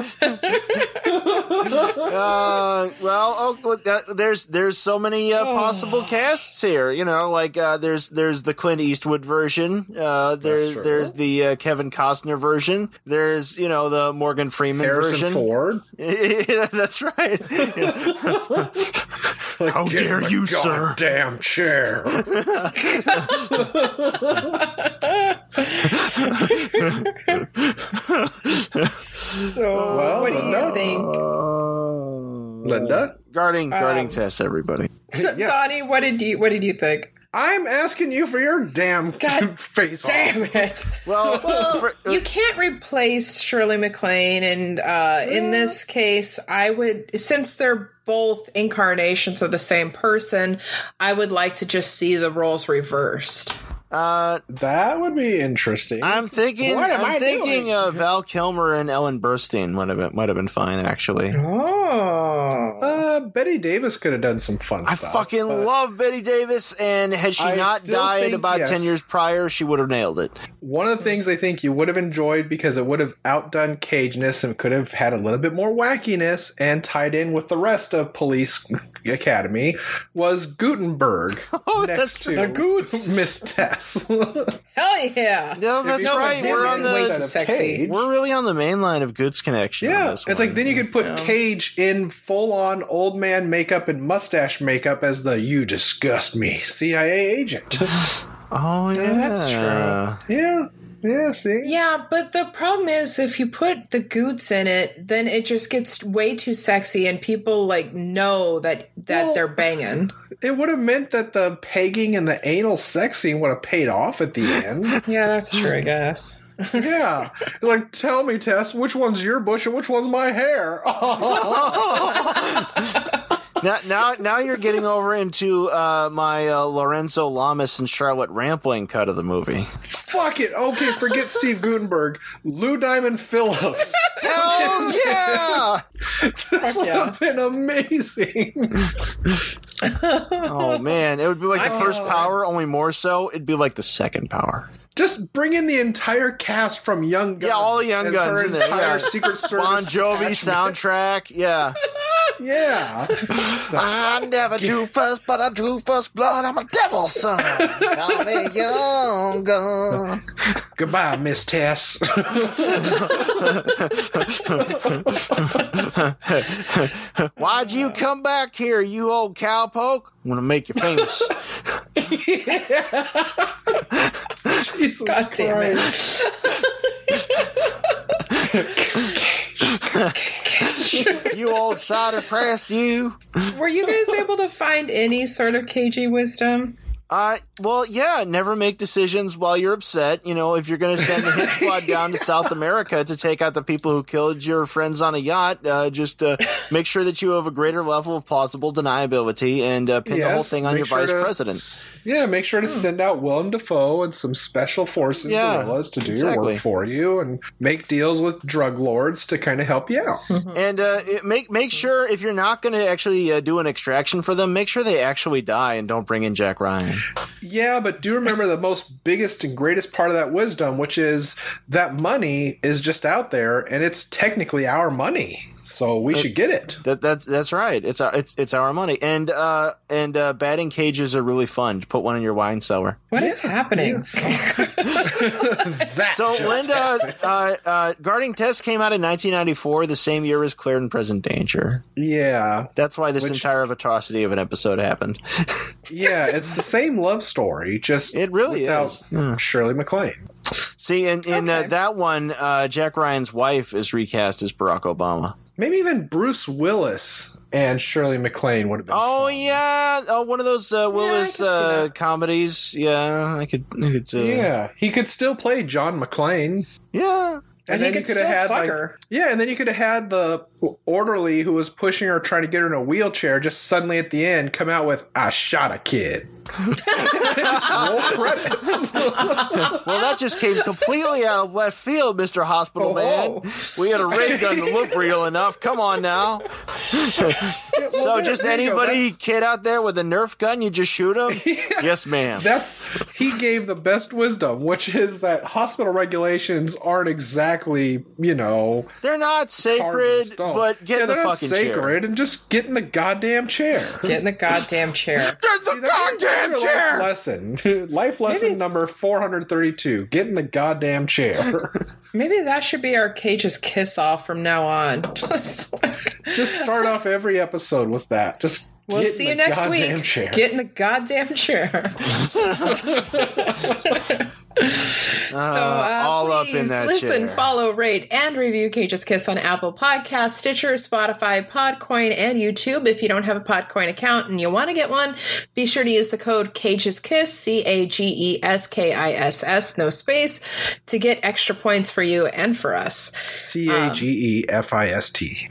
[SPEAKER 4] Uh, well, oh, well, that, there's there's so many uh, possible casts here. You know, like uh, there's there's the Clint Eastwood version. Uh, there's
[SPEAKER 3] true.
[SPEAKER 4] there's the uh, Kevin Costner version. There's you know the Morgan Freeman
[SPEAKER 3] Harrison
[SPEAKER 4] version.
[SPEAKER 3] Ford.
[SPEAKER 4] Yeah, that's right.
[SPEAKER 1] How dare you, sir?
[SPEAKER 3] Damn chair.
[SPEAKER 2] So,
[SPEAKER 3] Well,
[SPEAKER 2] what do you
[SPEAKER 3] no.
[SPEAKER 4] uh,
[SPEAKER 2] think?
[SPEAKER 3] Oh. Linda,
[SPEAKER 4] guarding guarding tests, everybody.
[SPEAKER 2] So,
[SPEAKER 3] yes.
[SPEAKER 2] Donnie, what did you what did you think?
[SPEAKER 3] I'm asking you for your damn
[SPEAKER 2] God
[SPEAKER 3] face off.
[SPEAKER 2] Damn it!
[SPEAKER 4] Well, for-
[SPEAKER 2] You can't replace Shirley MacLaine, and uh, in this case, I would since they're both incarnations of the same person, I would like to just see the roles reversed.
[SPEAKER 4] uh,
[SPEAKER 3] That would be interesting.
[SPEAKER 4] I'm thinking.
[SPEAKER 3] What am
[SPEAKER 4] I'm
[SPEAKER 3] I
[SPEAKER 4] thinking
[SPEAKER 3] doing?
[SPEAKER 4] uh, Val Kilmer and Ellen Burstyn might have been, might have been fine actually.
[SPEAKER 2] Oh,
[SPEAKER 3] Uh, Betty Davis could have done some fun
[SPEAKER 4] I
[SPEAKER 3] stuff.
[SPEAKER 4] fucking
[SPEAKER 3] but
[SPEAKER 4] love Betty Davis, and had she
[SPEAKER 3] I
[SPEAKER 4] not
[SPEAKER 3] still
[SPEAKER 4] died
[SPEAKER 3] think-
[SPEAKER 4] about
[SPEAKER 3] yes.
[SPEAKER 4] ten years prior, she would have nailed it.
[SPEAKER 3] one of the things I think you would have enjoyed because it would have outdone cageness and could have had a little bit more wackiness and tied in with the rest of Police Academy was Gutenberg
[SPEAKER 4] Oh, that's
[SPEAKER 3] next to
[SPEAKER 2] The Goots.
[SPEAKER 3] Miss Tess.
[SPEAKER 2] hell yeah!
[SPEAKER 4] No,
[SPEAKER 3] It'd be
[SPEAKER 4] that's
[SPEAKER 3] so much
[SPEAKER 4] right. We're
[SPEAKER 2] different
[SPEAKER 4] on
[SPEAKER 2] way
[SPEAKER 4] the
[SPEAKER 3] instead of
[SPEAKER 2] sexy.
[SPEAKER 3] Cage.
[SPEAKER 4] we're really on the main line of Goods Connection. on
[SPEAKER 3] Yeah,
[SPEAKER 4] this
[SPEAKER 3] it's like
[SPEAKER 4] one.
[SPEAKER 3] then you could put Cage in full on old man makeup and mustache makeup as the "you disgust me" CIA agent.
[SPEAKER 4] Oh yeah,
[SPEAKER 2] that's true.
[SPEAKER 3] yeah, yeah. See,
[SPEAKER 2] Yeah, but the problem is if you put the goots in it, then it just gets way too sexy, and people like know that that
[SPEAKER 3] Well-
[SPEAKER 2] they're banging.
[SPEAKER 3] it would have meant that the pegging and the anal sex scene would have paid off at the end.
[SPEAKER 2] Yeah, that's true. I guess.
[SPEAKER 3] Yeah. Like, tell me, Tess, which one's your bush and which one's my hair? Oh,
[SPEAKER 4] Now, now, now you're getting over into uh, my uh, Lorenzo Lamas and Charlotte Rampling cut of the movie.
[SPEAKER 3] Fuck it. Okay, forget Steve Gutenberg. Lou Diamond Phillips.
[SPEAKER 4] Hells yeah!
[SPEAKER 3] This would
[SPEAKER 2] yeah.
[SPEAKER 3] have been amazing.
[SPEAKER 4] Oh man, it would be like the
[SPEAKER 2] I-
[SPEAKER 4] first power, only more so. It'd be like the second power.
[SPEAKER 3] Just bring in the entire cast from Young Guns.
[SPEAKER 4] Yeah, all the Young
[SPEAKER 3] as
[SPEAKER 4] Guns
[SPEAKER 3] Her
[SPEAKER 4] in there,
[SPEAKER 3] entire
[SPEAKER 4] yeah.
[SPEAKER 3] Secret Service.
[SPEAKER 4] Bon Jovi
[SPEAKER 3] attachment.
[SPEAKER 4] soundtrack, yeah.
[SPEAKER 3] Yeah.
[SPEAKER 4] I never drew first, but I drew first blood. I'm a devil's son. Call me young gun.
[SPEAKER 3] Goodbye, Miss Tess.
[SPEAKER 4] Why'd you come back here, you old cowpoke? I'm gonna make you famous.
[SPEAKER 3] Jesus
[SPEAKER 2] God damn it.
[SPEAKER 4] you old cider press, you.
[SPEAKER 2] Were you guys able to find any sort of KG wisdom?
[SPEAKER 4] Uh, well, yeah, never make decisions while you're upset. You know, if you're going to send the hit squad down to South America to take out the people who killed your friends on a yacht, uh, just uh, make sure that you have a greater level of plausible deniability and uh, pin the whole
[SPEAKER 3] Yes,
[SPEAKER 4] thing on
[SPEAKER 3] make
[SPEAKER 4] your
[SPEAKER 3] sure
[SPEAKER 4] vice
[SPEAKER 3] to-
[SPEAKER 4] president. Hmm.
[SPEAKER 3] Yeah, make sure to send out Willem Dafoe and some special forces
[SPEAKER 4] Yeah,
[SPEAKER 3] guerrillas to do your
[SPEAKER 4] exactly.
[SPEAKER 3] work for you and make deals with drug lords to kind of help you out.
[SPEAKER 4] And uh, it- make make
[SPEAKER 3] Hmm.
[SPEAKER 4] sure if you're not going to actually uh, do an extraction for them, make sure they actually die and don't bring in Jack Ryan.
[SPEAKER 3] Yeah, but do remember the most biggest and greatest part of that wisdom, which is that money is just out there and it's technically our money. So
[SPEAKER 4] Uh,
[SPEAKER 3] we should get it.
[SPEAKER 4] That that's that's right. It's our it's it's our money. And uh and uh, batting cages are really fun. Put one in your wine cellar.
[SPEAKER 2] What is happening?
[SPEAKER 3] That
[SPEAKER 4] So
[SPEAKER 3] just
[SPEAKER 4] Linda, uh, uh, guarding test came out in 1994, the same year as Claire in Present Danger.
[SPEAKER 3] Yeah.
[SPEAKER 4] That's why this
[SPEAKER 3] Which-
[SPEAKER 4] entire atrocity of an episode happened.
[SPEAKER 3] Yeah, it's the same love story, just
[SPEAKER 4] It really
[SPEAKER 3] without
[SPEAKER 4] is. Yeah.
[SPEAKER 3] Shirley MacLaine.
[SPEAKER 4] See, in in uh,
[SPEAKER 2] Okay.
[SPEAKER 4] that one, uh, Jack Ryan's wife is recast as Barack Obama.
[SPEAKER 3] Maybe even Bruce Willis and Shirley MacLaine would have been.
[SPEAKER 4] Oh
[SPEAKER 3] fun.
[SPEAKER 4] yeah, oh one of those uh, Willis
[SPEAKER 2] could see
[SPEAKER 4] uh,
[SPEAKER 2] that.
[SPEAKER 4] comedies. Yeah, I could, I could. Uh,
[SPEAKER 3] Yeah, he could still play John McClane.
[SPEAKER 4] yeah.
[SPEAKER 2] And he could still fuck
[SPEAKER 3] like,
[SPEAKER 2] her.
[SPEAKER 3] yeah, and then you could have had the orderly who was pushing her, trying to get her in a wheelchair, just suddenly at the end come out with "I shot a kid." Just roll credits.
[SPEAKER 4] Well, that just came completely out of left field, Mister Hospital
[SPEAKER 3] Oh,
[SPEAKER 4] Man.
[SPEAKER 3] oh.
[SPEAKER 4] We had a ray gun to look real enough. Come on now.
[SPEAKER 3] Yeah, well,
[SPEAKER 4] So
[SPEAKER 3] there-
[SPEAKER 4] just
[SPEAKER 3] there you go.
[SPEAKER 4] anybody
[SPEAKER 3] That's-
[SPEAKER 4] kid out there with a Nerf gun, you just shoot him. Yes, ma'am.
[SPEAKER 3] That's he gave the best wisdom, which is that hospital regulations aren't exactly you know
[SPEAKER 4] they're
[SPEAKER 3] carved in
[SPEAKER 4] not sacred,
[SPEAKER 3] stone.
[SPEAKER 4] but
[SPEAKER 3] Yeah,
[SPEAKER 4] get in the
[SPEAKER 3] they're not
[SPEAKER 4] fucking chair.
[SPEAKER 3] sacred, and just get in the goddamn chair.
[SPEAKER 2] Get in the goddamn chair.
[SPEAKER 4] There's a goddamn
[SPEAKER 3] Life lesson. Life lesson
[SPEAKER 2] Maybe-
[SPEAKER 3] number 432. Get in the goddamn chair.
[SPEAKER 2] Maybe that should be our cage's kiss off from now on. Just like-
[SPEAKER 3] Just start off every episode with that. Just
[SPEAKER 2] we'll
[SPEAKER 3] get in
[SPEAKER 2] see
[SPEAKER 3] the
[SPEAKER 2] you next
[SPEAKER 3] goddamn
[SPEAKER 2] week.
[SPEAKER 3] Chair.
[SPEAKER 2] Get in the goddamn chair. So, uh,
[SPEAKER 4] all up
[SPEAKER 2] please
[SPEAKER 4] in that
[SPEAKER 2] listen,
[SPEAKER 4] chair.
[SPEAKER 2] follow, rate, and review Cage's Kiss on Apple Podcasts, Stitcher, Spotify, Podcoin, and YouTube. If you don't have a Podcoin account and you want to get one, be sure to use the code Cage's Kiss, C A G E S K I S S, no space, to get extra points for you and for us.
[SPEAKER 3] C A G E F I S T.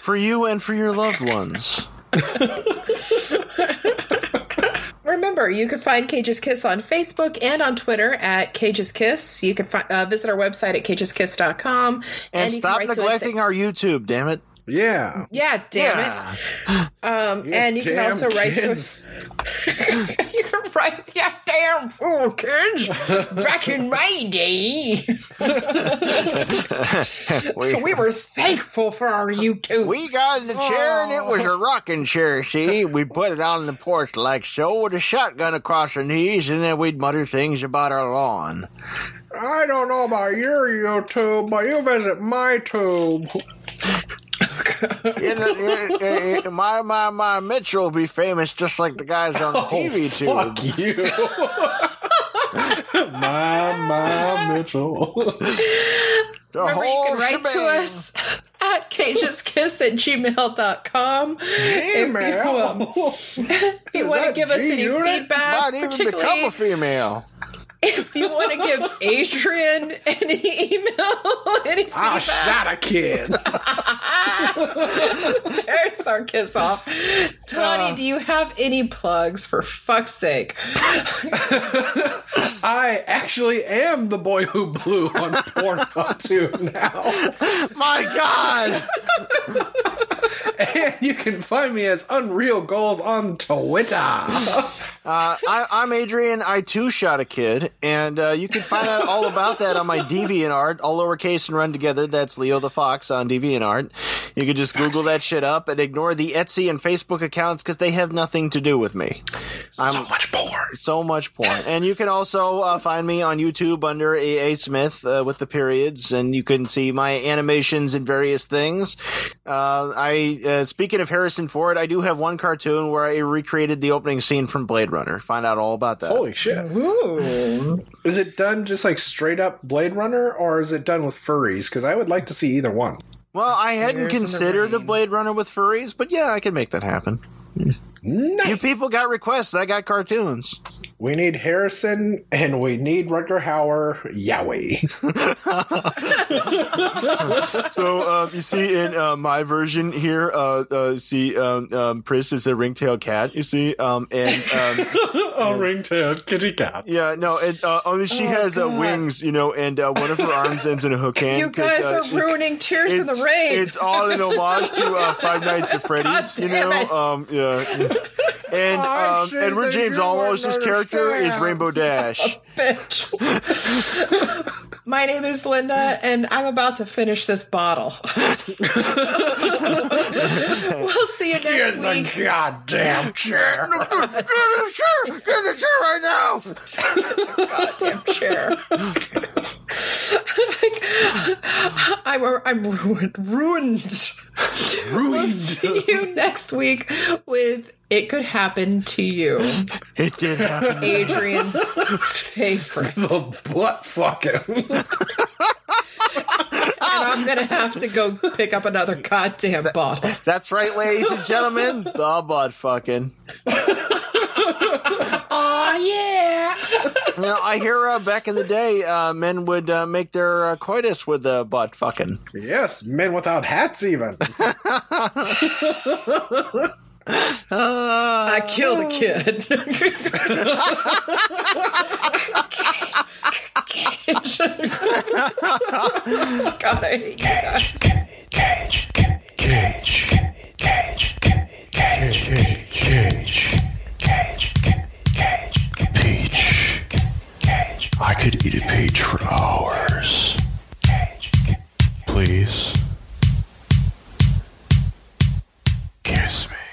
[SPEAKER 4] for you and for your loved ones.
[SPEAKER 2] Remember, you can find Cage's Kiss on Facebook and on Twitter at Cage's Kiss. You can fi- uh, visit our website at cageskiss.com. And,
[SPEAKER 4] And,
[SPEAKER 2] you can
[SPEAKER 4] stop
[SPEAKER 2] write to us
[SPEAKER 4] neglecting
[SPEAKER 2] at-
[SPEAKER 4] our YouTube, damn it.
[SPEAKER 3] Yeah.
[SPEAKER 2] Yeah, damn it.
[SPEAKER 4] yeah.
[SPEAKER 2] Um, and um, you can
[SPEAKER 3] Damn
[SPEAKER 2] also write to us.
[SPEAKER 3] kids.
[SPEAKER 2] you can write, yeah, damn fool kids. Back in my day,
[SPEAKER 4] We,
[SPEAKER 2] we were thankful for our YouTube.
[SPEAKER 4] we got in the chair and it was
[SPEAKER 2] Oh.
[SPEAKER 4] a rocking chair, see? We put it on the porch like so with a shotgun across our knees and then we'd mutter things about our lawn.
[SPEAKER 3] I don't know about your YouTube, but you visit my tube.
[SPEAKER 4] In the- in- in- my, my, my, Mitchell will be famous just like the guys on the TV tube.
[SPEAKER 3] Oh, Fuck you. my, my Mitchell.
[SPEAKER 4] The
[SPEAKER 2] Remember, you
[SPEAKER 4] whole
[SPEAKER 2] can write to
[SPEAKER 4] shebang.
[SPEAKER 2] us at cageskiss at gmail.com. If you, um, if you
[SPEAKER 3] Is
[SPEAKER 2] want to
[SPEAKER 3] that
[SPEAKER 2] give us any
[SPEAKER 3] G-Unit?
[SPEAKER 2] feedback,
[SPEAKER 4] Might even become
[SPEAKER 2] uh, particularly
[SPEAKER 4] a female.
[SPEAKER 2] if you want to give Adrian any email, any
[SPEAKER 4] Ah,
[SPEAKER 3] I
[SPEAKER 2] feedback,
[SPEAKER 3] shot a Ah, kid.
[SPEAKER 2] there's our kiss off.
[SPEAKER 4] Ah.
[SPEAKER 2] Tony, do you have any plugs for fuck's sake?
[SPEAKER 3] I actually am the boy who blew on Pornhub too now.
[SPEAKER 4] My God!
[SPEAKER 3] And you can find me as Unreal Goals on Twitter.
[SPEAKER 4] Uh, I, I'm Adrian. I too shot a kid, and uh, you can find out all about that on my DeviantArt, all lowercase and run together. That's Leo the Fox on DeviantArt. You can just Google that shit up and ignore the Etsy and Facebook accounts because they have nothing to do with me.
[SPEAKER 3] so much porn.
[SPEAKER 4] So much porn. And you can also uh, find me on YouTube under A.A. Smith uh, with the periods, and you can see my animations and various things. Uh, I uh, Speaking of Harrison Ford, I do have one cartoon where I recreated the opening scene from Blade Runner. Find out all about that.
[SPEAKER 3] Holy shit.
[SPEAKER 2] Ooh.
[SPEAKER 3] Is it done just like straight up Blade Runner or is it done with furries? Because I would like to see either one.
[SPEAKER 4] Well, I
[SPEAKER 2] Tears
[SPEAKER 4] hadn't
[SPEAKER 2] in the
[SPEAKER 4] considered a
[SPEAKER 2] Rain.
[SPEAKER 4] Blade Runner with furries, but yeah, I can make that happen.
[SPEAKER 3] Nice.
[SPEAKER 4] You people got requests. I got cartoons.
[SPEAKER 3] We need Harrison and we need Rutger Hauer. Yahweh.
[SPEAKER 4] So uh, you see in uh, my version here, uh, uh, you see um, um, Pris is a ringtail cat. You see, um, and um,
[SPEAKER 3] oh, ringtone, kitty cat.
[SPEAKER 4] yeah, no, and uh, only she
[SPEAKER 2] Oh,
[SPEAKER 4] has uh,
[SPEAKER 2] God.
[SPEAKER 4] wings, you know, and uh, one of her arms ends in a hook hand.
[SPEAKER 2] you
[SPEAKER 4] 'cause,
[SPEAKER 2] guys
[SPEAKER 4] uh,
[SPEAKER 2] are
[SPEAKER 4] she-
[SPEAKER 2] ruining Tears in the
[SPEAKER 4] it's-
[SPEAKER 2] Rain.
[SPEAKER 4] It's all in homage to uh, Five Nights at Freddy's,
[SPEAKER 2] God
[SPEAKER 4] you
[SPEAKER 2] damn
[SPEAKER 4] know.
[SPEAKER 2] it. Oh,
[SPEAKER 4] Um, yeah. yeah. And
[SPEAKER 3] I
[SPEAKER 4] um,
[SPEAKER 3] see
[SPEAKER 4] Edward
[SPEAKER 3] that
[SPEAKER 4] James
[SPEAKER 3] you
[SPEAKER 4] Olmos's
[SPEAKER 3] wouldn't
[SPEAKER 4] character is
[SPEAKER 3] understand.
[SPEAKER 4] Rainbow Dash.
[SPEAKER 2] bitch. My name is Linda, and I'm about to finish this bottle. we'll see you
[SPEAKER 3] Get
[SPEAKER 2] next
[SPEAKER 3] in
[SPEAKER 2] week.
[SPEAKER 3] the goddamn chair.
[SPEAKER 4] sure, get it, sure, right now.
[SPEAKER 2] goddamn chair. I'm, I'm ruined. Ruined. We'll see you next week with It Could Happen to You,
[SPEAKER 4] It did happen.
[SPEAKER 2] Adrian's favorite. And
[SPEAKER 3] the butt fucking.
[SPEAKER 2] I'm going to have to go pick up another goddamn bottle.
[SPEAKER 4] That's right, ladies and gentlemen. The butt fucking.
[SPEAKER 2] Oh, yeah.
[SPEAKER 4] You know, I hear uh, back in the day, uh, men would uh, make their uh, coitus with the butt fucking.
[SPEAKER 3] yes, men without hats, even.
[SPEAKER 4] Uh,
[SPEAKER 2] I killed a kid. God, I hate you guys.
[SPEAKER 5] Cage, cage, cage, cage, cage, cage, cage, cage, peach, cage. I could eat a peach for hours. Cage, please kiss me.